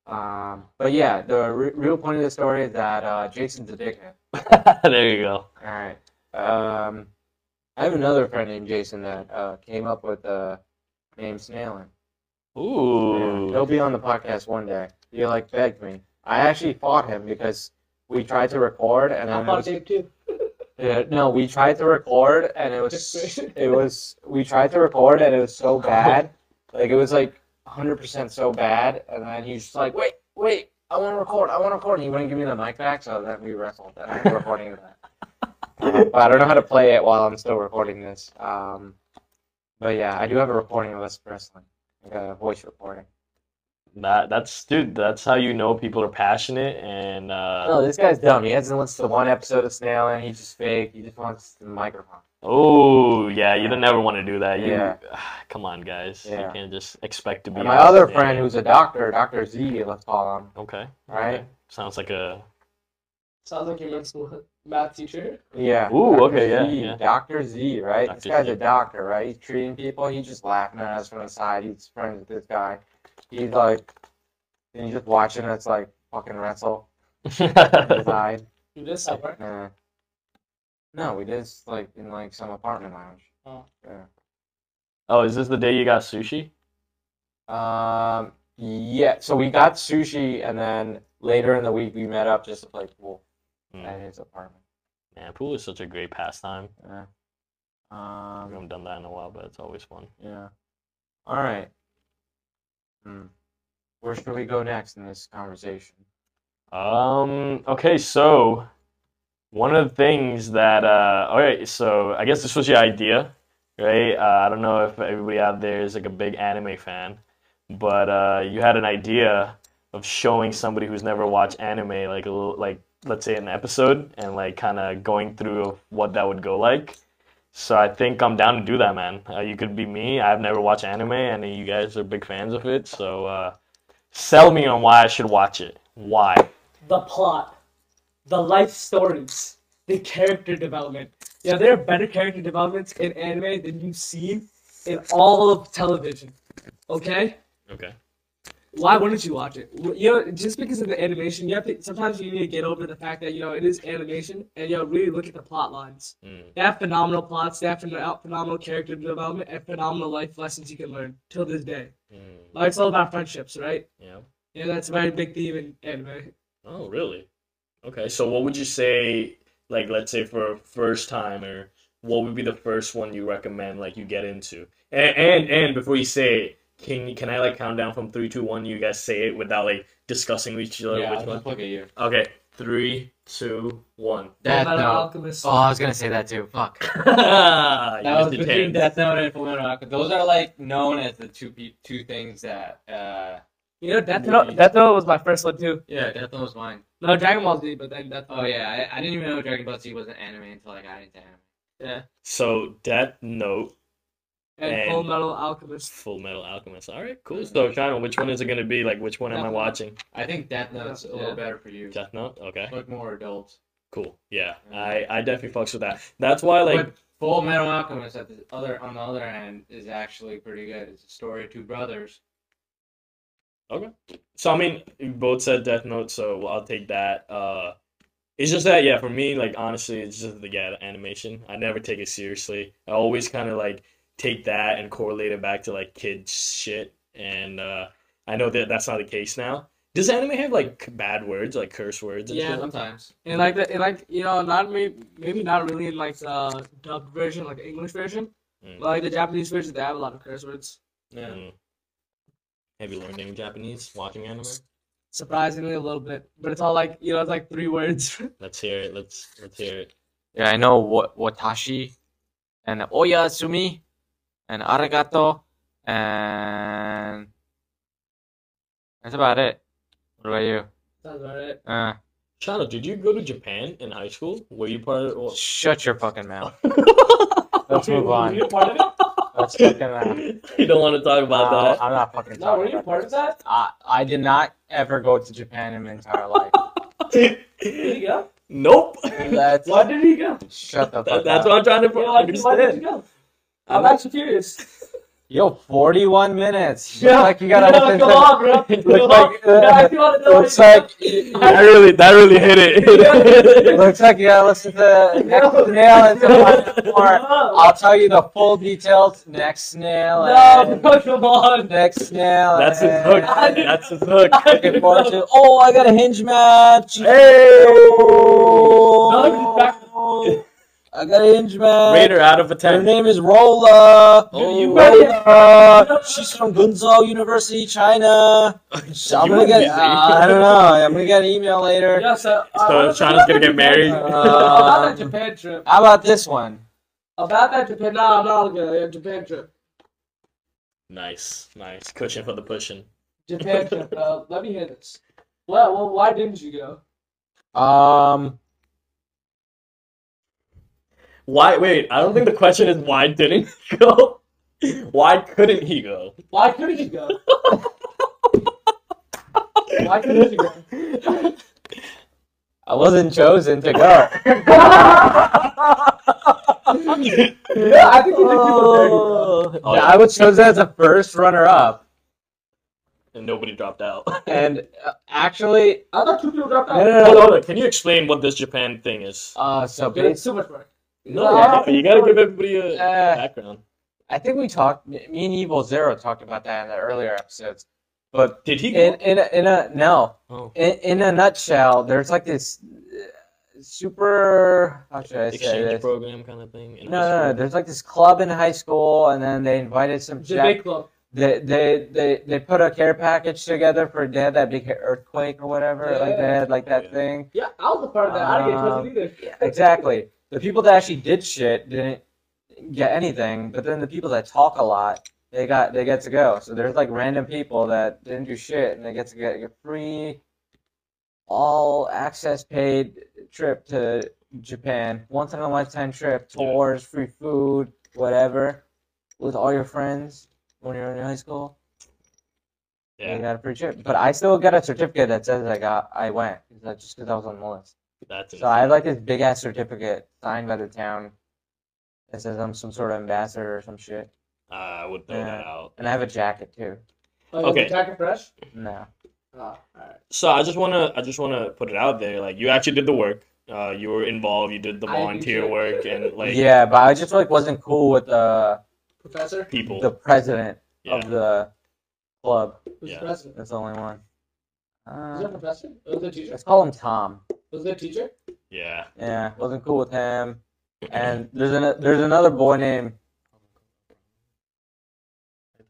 um but yeah the re- real point of the story is that uh jason's a dickhead
there you go.
all right um i have another friend named jason that uh came up with the name snailin
Ooh.
he'll be on the podcast one day he like begged me i actually fought him because we tried to record and
I'm
I'm
on tape too.
Yeah, Uh, no, we tried to record and it was it was we tried to record and it was so bad. Like it was like 100% so bad and then he's just like, "Wait, wait, I want to record. I want to record." And he wouldn't give me the mic back, so then we wrestled and I'm recording that. Uh, but I don't know how to play it while I'm still recording this. Um but yeah, I do have a recording of us wrestling. Like a voice recording.
That that's dude. That's how you know people are passionate and uh,
No, Oh, this guy's dumb. He hasn't listened to one episode of Snail and he's just fake. He just wants the microphone.
oh yeah. You don't ever want to do that. You,
Yeah.
Come on, guys. You
Yeah.
can't just expect to be.
And my other
outstanding.
friend, who's a doctor, Doctor Z, let's call him.
Okay.
Right?
okay. Sounds like a
Sounds like your middle school math teacher.
Yeah.
Ooh,
Dr.
okay, yeah,
Z,
yeah.
Doctor Z, right?
Dr.
This guy's
Z.
a doctor, right? He's treating people. He's just laughing at us from the side. He's friends with this guy. He's like, and he's just watching us like fucking wrestle from the side.
Do this somewhere.
Nah. No, we did this like in like some apartment lounge.
Oh.
Yeah.
oh, is this the day you got sushi?
Um. Yeah. So we got sushi, and then later in the week we met up just to play pool at
Mm,
his apartment.
man, pool is such a great pastime.
Yeah.
I
Um.
haven't done that in a while, but it's always fun.
Yeah. All right. Hmm. Where should we go next in this conversation?
Um, okay, so one of the things that uh all right, so I guess this was your idea, right? Uh, I don't know if everybody out there is like a big anime fan, but uh you had an idea of showing somebody who's never watched anime like a little, like let's say an episode and like kind of going through of what that would go like. So I think I'm down to do that, man. Uh, you could be me. I've never watched anime, and you guys are big fans of it, so uh sell me on why I should watch it. Why?
The plot, the life stories, the character development. Yeah, there are better character developments in anime than you've seen in all of television. Okay?
Okay.
Why wouldn't you watch it? You know, just because of the animation, you have to. Sometimes you need to get over the fact that you know it is animation, and you know really look at the plot lines.
Mm-hmm.
They have phenomenal plots, they have phenom- phenomenal character development, and phenomenal life lessons you can learn till this day. Like it's all about friendships, right?
Yeah.
Yeah, that's a very big theme in anime.
Oh, really? Okay. So, what would you say, like, let's say for a first timer, what would be the first one you recommend, like, you get into? And and, and before you say it, can you- can I like count down from three, two, one? You guys say it without like discussing with each other
Yeah,
which one.
look at you.
Okay, three, two, one.
Death
Fullmetal
Note.
Alchemist.
Oh, I was gonna say that too. Fuck.
that
That was between Death Note and Fullmetal Alchemist. Those are like known as the two pe- two things that. Uh,
You know, Death
Yeah.
Note, Death Note was my first one too.
yeah, Death Note was mine.
No, Dragon Ball Z, but then Death Note.
Oh yeah, I, I didn't even know Dragon Ball Z was an anime until I got into anime.
So Death Note,
And
And-
Full Metal Alchemist.
Full Metal Alchemist. All right, cool.
Mm-hmm.
So China, which one is it gonna be? Like, which one am I
Death Note.
watching?
I think Death Note's a
Yeah.
little better for you.
Death Note. Okay,
Look more adult.
cool. Yeah, I I definitely fucks with that. That's why like
but Full Metal Alchemist at the other on the other end is actually pretty good. It's a story of two brothers.
So I mean, you both said Death Note, so I'll take that. Uh, it's just that, yeah, for me, like honestly, it's just the yeah, the animation. I never take it seriously. I always kind of like take that and correlate it back to like kid shit, and uh, I know that that's not the case now. Does anime have like c- bad words, like curse words and
Yeah.
shit?
Sometimes.
And like the, and like you know, not maybe, maybe not really in like the dubbed version, like the English version,
Mm.
but like the Japanese version, they have a lot of curse words.
Yeah.
Mm. Have you learned any Japanese watching anime?
Surprisingly, a little bit, but it's all like you know, it's like three words.
Let's hear it. Let's let's hear it.
Yeah, I know what Watashi and Oyasumi and Arigato and that's about it. What about you?
Sounds about right.
Uh,
Chano, did you go to Japan in high school? Were you part of? Well,
shut your fucking mouth. Let's
were
move on.
you a part of it?
Let's fucking mouth.
You don't want to talk about
Uh,
that.
I'm not fucking
No, were
talking
you a
about
part of that?
I, I did not ever go to Japan in my entire life.
Did you go?
nope.
That's
Why did you go?
shut the fuck
That- that's
up.
what I'm trying to
Yeah, why did- why did you
understand.
go? I'm actually curious.
Yo, 41 minutes. You look like you gotta
You know,
listen
come
to-
on, bro.
Looks like
You know, I
uh,
actually wanna know
looks
what you
like
I really, that really hit
it looks like you gotta listen to next snail and some other more.
No,
I'll tell you the full details next snail.
no,
and
bro, come on.
next snail.
That's his
and-
hook. That's his hook.
Looking forward to. Oh, I got a hinge match.
hey!
No, back-
Oh. I got a hinge match.
Rater out of a
Her
10.
name is Rola.
Oh. You
ready?
Rola. She's from Gunzhou University, China. So I'm gonna get. uh, I don't know. I'm gonna get an email later.
Yeah, so, uh,
So
what-
China's gonna get married.
about that
Um,
Japan trip.
How about this one?
About that Japan. No, no, yeah, Japan trip.
nice, nice. Cushion for the pushing.
Japan trip, bro. Let me hear this. Well, well, why didn't you go?
Um.
Why? Wait, I don't think the question is why didn't he go? Why couldn't he go?
Why couldn't you go? why couldn't you go?
I wasn't chosen to go.
Yeah, I think you did people
Oh,
I was chosen as a first runner-up,
and nobody dropped out.
and uh, actually,
I thought two people dropped
no,
out.
no,
Hold on,
no.
hold on, can you explain what this Japan thing is?
Uh, so
Dude, it's
basically,
too much work.
No,
Uh,
you gotta give everybody a
Uh,
background.
I think we talked. Me and Evil Zero talked about that in the earlier episodes. But
Did he?
in
Go?
in a, in a no,
Oh.
in, in a nutshell, there's like this uh, super. How should I say
exchange
this? No,
program kind of thing. in high
no, no.
school?
There's like this club in high school, and then they invited some.
It's a
Jap-
big club.
they they they they put a care package together for they had that big earthquake or whatever like they had like that
Yeah.
thing
Yeah, I was a part of that. I didn't get
Um,
chosen either.
yeah, exactly the people that actually did shit didn't get anything but then the people that talk a lot they got they get to go so there's like random people that didn't do shit and they get to get a free all access paid trip to Japan once in a lifetime trip tours free food whatever with all your friends when you're in high school I
Yeah,
got a free trip, but I still got a certificate that says I got I went It's not just because I was on the list.
that's
So I had like this big ass certificate signed by the town that says I'm some sort of ambassador or some shit,
Uh, I would throw that out.
and I have a jacket too.
Oh,
okay.
Jacket Fresh?
No,
Oh, all right.
So I just wanna, I just wanna put it out there. Like you actually did the work. Uh, you were involved. You did the
I didn't do
volunteer
shit.
work and like
yeah, but I just like wasn't cool with the
Professor?
people.
the president
yeah.
of the club.
Who's
Yeah.
the president?
That's the only one.
Was there a
Uh,
professor? Was there a teacher?
let's call him Tom.
Was there a teacher?
yeah.
Yeah, wasn't cool with him. And there's an there's another boy named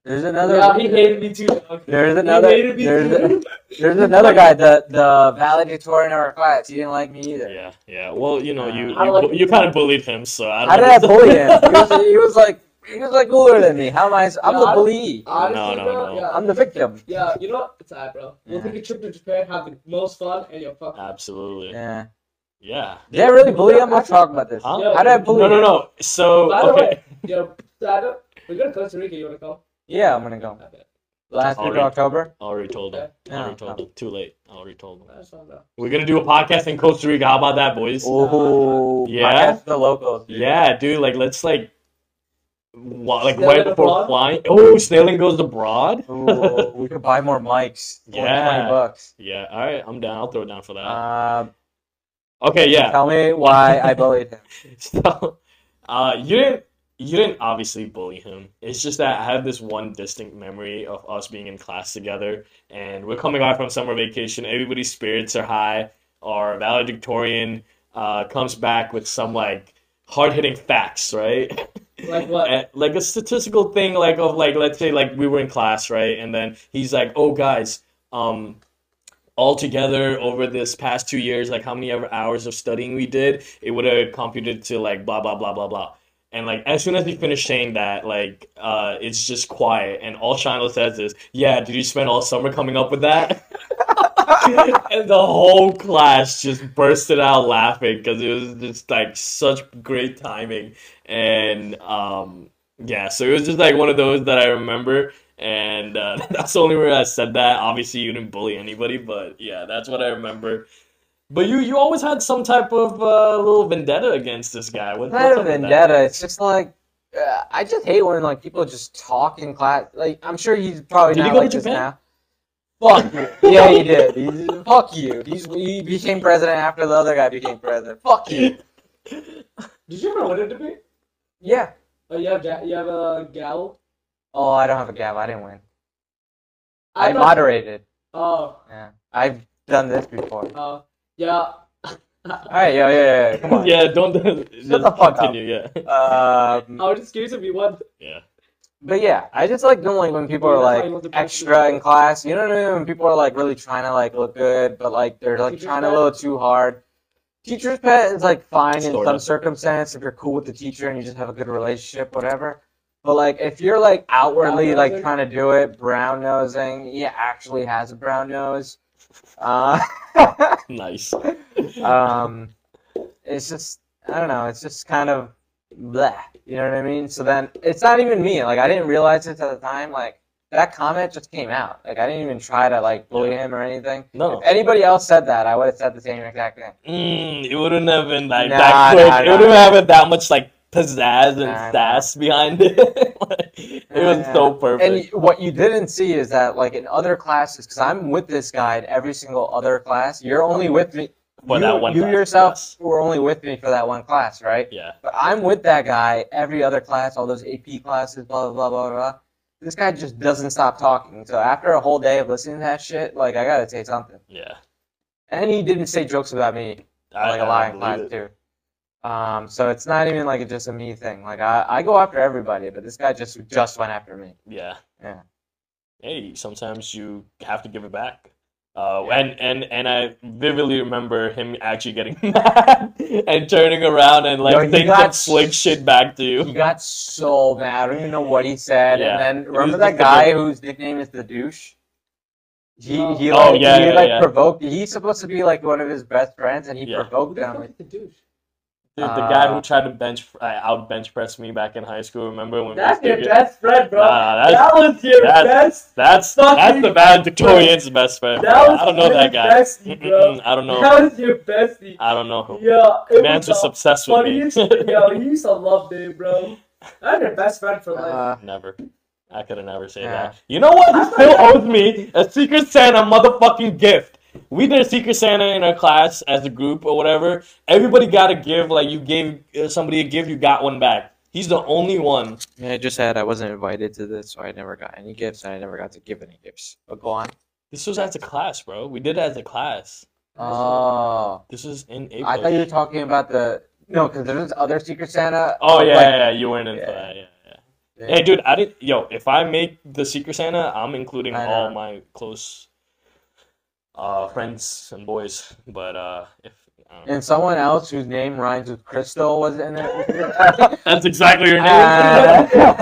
There's another.
Yeah, he hated me too, dog.
There's
He
another.
hated me
There's, a-
too.
there's another guy. The the valedictorian of our class. He didn't like me either.
Yeah, yeah. Well, you know, you
I
you,
like-
bu- you kind of bullied him, so I don't
How did I
know.
bully him? He was, he was like he was like cooler than me. How am I? I'm the bully.
Honestly,
No, no,
bro,
no.
Yeah,
I'm the victim.
yeah, you know what? It's alright, bro. We'll
Yeah.
take a trip to Japan, have the most fun, and you're fucked.
Absolutely.
Yeah.
Yeah.
Did I really bully him? Let's talk about this.
Huh?
Yo,
How did I bully
No, no,
him?
no. So
By the
okay.
way, yo, Sada, we go to Costa Rica. You wanna come?
Yeah, I'm gonna go.
Okay.
Last week of
Alright.
October.
I already told him. I
Yeah.
already told him. Too late. I already told him.
I just wanna know.
We're gonna do a podcast in Costa Rica. How about that, boys?
Oh,
Yeah?
podcast the locals. dude.
Yeah, dude. Like, let's like, wa- like
Snailing
right before
abroad?
flying. Oh, snailing goes abroad.
Ooh, Oh, we could buy more mics. Only
Yeah.
Twenty bucks.
Yeah. All right. I'm down. I'll throw it down for that.
Uh,
okay. Yeah.
Tell me why I bullied him.
So, uh, you didn't you didn't obviously bully him. It's just that I have this one distinct memory of us being in class together, and we're coming off from summer vacation. Everybody's spirits are high. Our valedictorian uh, comes back with some like hard-hitting facts, right?
Like what?
Uh, like a statistical thing like of like let's say like we were in class right and then he's like oh guys um all together over this past two years like how many ever hours of studying we did it would have computed to like blah blah blah blah blah and like as soon as we finish saying that like uh it's just quiet and all Shiloh says is yeah did you spend all summer coming up with that and the whole class just bursted out laughing because it was just like such great timing and um yeah so it was just like one of those that i remember and uh, that's the only way i said that obviously you didn't bully anybody but yeah that's what i remember but you you always had some type of uh, little vendetta against this guy what,
It's not
what's up
a
with that?
vendetta. It's just like uh, I just hate when like people just talk in class. Like I'm sure he's probably
Did he
not
go to
like this
Japan?
now. Fuck you. Yeah, he did. He's, fuck you. He's, he became president after the other guy became president. Fuck you.
Did you ever win it to me?
Yeah.
Oh, you have ja- you have a gal.
Oh, I don't have a gab. I didn't win.
I
I,
don't-
moderated.
Oh,
Yeah. I've done this before.
oh, yeah.
All right. Yeah. Yeah. yeah come on.
yeah don't
the fuck up.
continue yeah
Um,
I was just curious if you won.
yeah
but yeah, I just like don't like when people are
That's why you want
like
the person
extra
to-
in class. You know what I mean? When people are like really trying to like look good, but like they're like
Teacher's
trying a
pet?
little too hard. Teacher's pet is like fine in
Sorta.
some circumstance if you're cool with the teacher and you just have a good relationship, whatever. But like if you're like outwardly like
Brown-nosing?
trying to do it, brown nosing, he actually has a brown nose. Uh,
nice
um, it's just I don't know. It's just kind of bleh. You know what I mean? So then it's not even me. Like I didn't realize this at the time. Like that comment just came out. Like I didn't even try to like bully him or anything.
no
If anybody else said that, I would have said the same exact thing.
Mm, it wouldn't have been like
Nah,
that quick.
nah,
it
nah.
wouldn't have had that much like pizzazz and
Nah, nah.
sass behind it. Like, it was
Nah,
so
And
perfect.
y- what you didn't see is that like in other classes, because I'm with this guy in every single other class. You're only with me.
for
you,
that one
you
class,
yourself
yes.
were only with me for that one class, right?
Yeah.
But I'm with that guy every other class, all those AP classes, blah blah blah blah blah. This guy just doesn't stop talking. So after a whole day of listening to that shit, like I gotta say something.
Yeah.
And he didn't say jokes about me,
I-
like
I
a lot in
believe
class
it.
too. Um, so it's not even like it's just a me thing. Like I, I go after everybody, but this guy just just went after me.
Yeah.
Yeah.
Hey, sometimes you have to give it back. Uh, and, and and I vividly remember him actually getting mad and turning around and like
Yo, he
saying some
got
slick
s-
shit back to
He
you.
got so mad. I don't even know what he said.
Yeah.
And
He
then
was
remember
just
that
a
guy whose nickname is the douche? He
Oh.
he
Oh,
like
yeah,
he
yeah,
like
yeah.
provoked. He's supposed to be like one of his best friends, and he
Yeah.
provoked
Who the fuck
them.
is the douche?
The, the guy who
Uh,
tried to bench uh, out bench press me back in high school. Remember when we
That's
used to
your
get-
best friend, bro.
Nah, that's-
that was your
that's-
best.
That's
Fucking-
that's the valedictorian's best friend.
That
bro.
was
I don't know that
really
guy.
bestie, bro.
Mm-mm, I don't know.
That was your bestie.
I don't know who.
Yo, it
Man's
was
just
the
obsessed with me.
funniest. yo, you used to love Dave, bro. That's your best friend for life.
Uh,
Never. I could have never said
Yeah.
that. You know what? He still owes me a Secret Santa motherfucking gift. We did a Secret Santa in our class as a group or whatever. Everybody got a gift. Like you gave uh, somebody a gift, you got one back. He's the only one.
yeah, I just had I wasn't invited to this, so I never got any gifts, and I never got to give any gifts. But go on.
This was as a class, bro. We did it as a class.
Oh,
This was in April.
I thought you were talking about the no, because there's this other Secret Santa.
oh yeah,
like-
yeah, yeah, you weren't into
Yeah.
that. Yeah, yeah. Hey, dude, I did. Yo, if I make the Secret Santa, I'm including
I
all
know.
my close uh friends and boys. But uh, if I don't know.
And someone else whose name rhymes with Crystal was in it.
that's exactly your name.
Ah.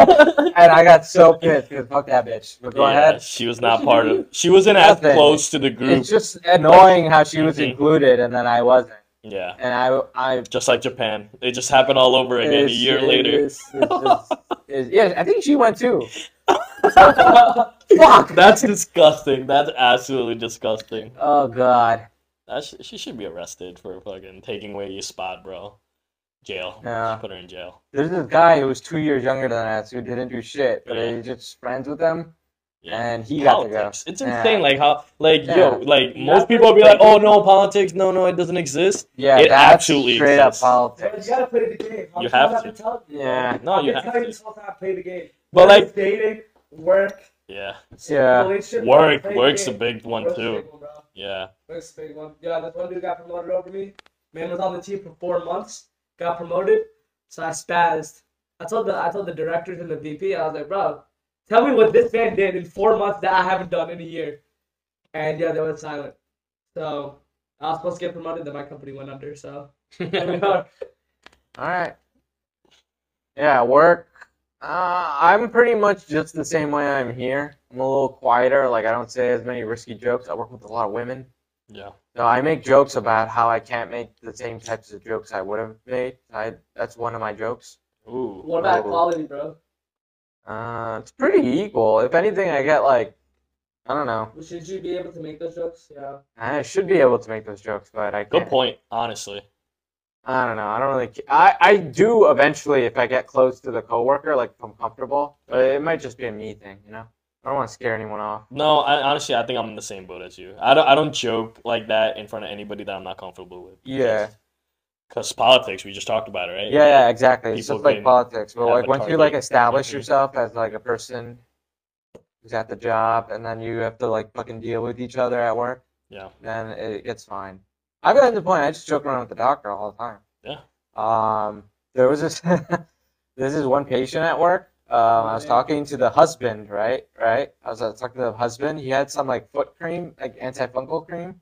and I got so pissed because fuck that bitch. But go
Yeah,
ahead.
she was not part of. She wasn't as
Nothing.
close to the group.
It's just annoying how she was
Mhm.
included and then I wasn't.
Yeah,
And I, I
just like Japan, it just happened all over again a
it's-
year
it
later.
is- it's just- it's- yeah, I think she went too. Fuck.
That's disgusting. That's absolutely disgusting.
Oh god.
That sh- she should be arrested for fucking taking away your spot, bro. Jail.
Yeah.
Just put her in jail.
There's this guy who was two years younger than us who didn't do shit, but
Yeah.
he's just friends with them,
Yeah.
and he got to go.
politics. It's
Yeah.
insane. Like how, like
Yeah.
yo, like
Yeah.
most people be like, "Oh no, politics. No, no, it doesn't exist."
Yeah,
It
that's
absolutely
straight up
exists.
politics.
gotta play the game.
You have to.
Yeah,
No, you have to.
whole time, play the game.
But
Whether
like,
it's dating, work,
yeah,
yeah.
relationship,
work,
play the
work's a
game.
big one
Work's a
too.
big one, bro.
Yeah,
That's a big one. Yeah, that's one dude got promoted over me. Man was on the team for four months, got promoted, so I spazzed. I told the I told the directors and the VP, I was like, bro, tell me what this man did in four months that I haven't done in a year. And yeah, they went silent. So I was supposed to get promoted, then my company went under. So here we are.
All right. Yeah, work. Uh, I'm pretty much just the same way I'm here. I'm a little quieter. Like I don't say as many risky jokes. I work with a lot of women.
yeah.
No, I make jokes about how I can't make the same types of jokes I would have made. I that's one of my jokes.
Ooh,
what about
Ooh.
quality, bro?
Uh, it's pretty equal. If anything, I get like, I don't know.
Should you be able to make those jokes? Yeah.
I should be able to make those jokes, but I
good
can't.
point. Honestly,
I don't know. I don't really. ca- I I do eventually if I get close to the coworker, like if I'm comfortable. But it might just be a me thing, you know. I don't want to scare anyone off.
no. I honestly, I think I'm in the same boat as you. I don't. I don't joke like that in front of anybody that I'm not comfortable with.
Yeah.
Because politics, we just talked about it, right?
Yeah, yeah, exactly. It's
People
just like
can
politics. But
have
like
a
once you like
target.
establish
Mhm.
yourself as like a person who's at the job, and then you have to like fucking deal with each other at work.
Yeah.
then it gets fine. I've gotten to the point I just joke around with the doctor all the time.
Yeah.
Um, there was this this is one patient at work. Um, I was
Yeah.
talking to the husband, right? Right. I was uh, talking to the husband. He had some like foot cream, like antifungal cream.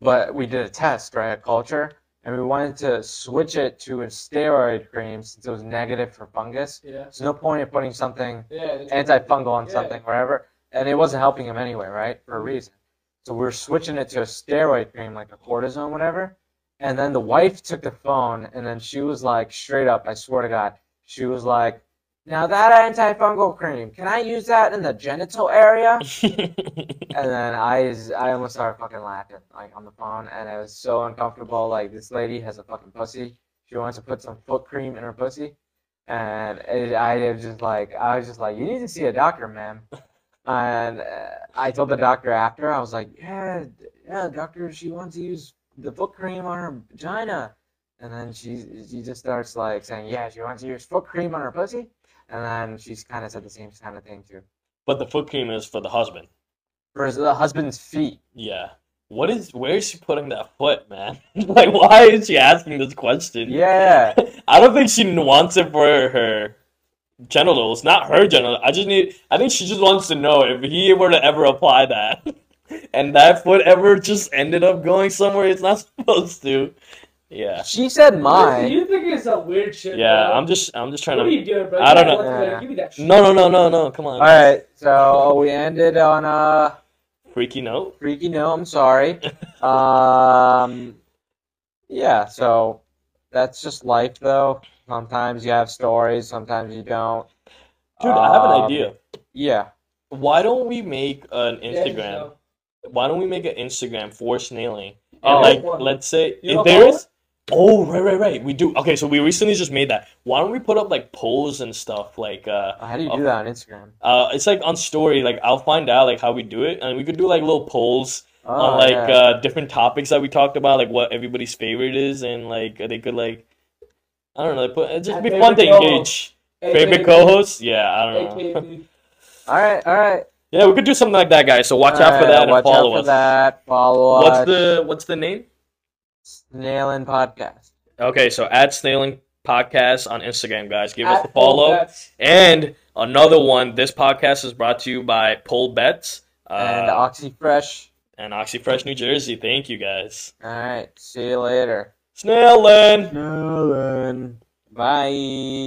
But we did a test, right? A culture, and we wanted to switch it to a steroid cream since it was negative for fungus.
Yeah.
There's no point in putting something
Yeah.
antifungal on
Yeah.
something, wherever, and it wasn't helping him anyway, right? For a reason. So we are switching it to a steroid cream, like a cortisone, whatever. And then the wife took the phone, and then she was like, straight up, I swear to God, she was like, "Now that antifungal cream, can I use that in the genital area?" And then I, I almost started fucking laughing, like on the phone, and it was so uncomfortable. Like this lady has a fucking pussy. She wants to put some foot cream in her pussy, and it, I was just like, I was just like, you need to see a doctor, ma'am. And uh, I told the doctor after, I was like, yeah, d- yeah, doctor, she wants to use the foot cream on her vagina, and then she, she just starts like saying, yeah, she wants to use foot cream on her pussy, and then she's kind of said the same kind of thing too.
but the foot cream is for the husband.
For his- the husband's feet.
Yeah. What is, where is she putting that foot, man? Like, why is she asking this question?
Yeah.
I don't think she wants it for her genitals, not her genitals. I just need, I think she just wants to know if he were to ever apply that. And that foot ever just ended up going somewhere it's not supposed to. Yeah.
She said
Listen,
mine.
You think it's a weird shit?
Yeah,
bro.
I'm just, I'm just trying
What are
to,
you doing, bro?
I don't
Yeah,
know.
what's better?
Yeah.
Give me that shit.
no, no, no, no, no, come on.
All right, so we ended on a
Freaky note.
freaky note. I'm sorry. Um, yeah, so that's just life, though. Sometimes you have stories, sometimes you don't.
Dude, I have an
Um,
idea.
Yeah,
Why don't we make an
Yeah, you
Instagram?
know.
why don't we make an Instagram for snailing? And
Oh.
like, let's say
You have
if there's, oh right, right, right, we do. Okay, so we recently just made that. Why don't we put up like polls and stuff? Like, uh,
how do you do that on Instagram?
uh, it's like on story. Like, I'll find out like how we do it, and we could do like little polls
Oh,
on like
yeah.
uh different topics that we talked about, like what everybody's favorite is, and like they could like, I don't know, they put it'd just
And
be
favorite
fun to
co-host.
engage.
AKB.
Favorite co-host? Yeah, I don't know.
AKB.
All right, all right.
Yeah, we could do something like that, guys. So watch out for that and
watch
follow
out for
us.
that. Follow
What's
us.
the what's the name?
Snailing Podcast.
Okay, so at Snailing podcast on Instagram, guys. Give us
At
a follow.
That's-
And another one, this podcast is brought to you by Pole Bets uh,
and OxyFresh.
and OxyFresh New Jersey. Thank you guys.
All right. See you later.
Snellin'.
Nolan. Bye.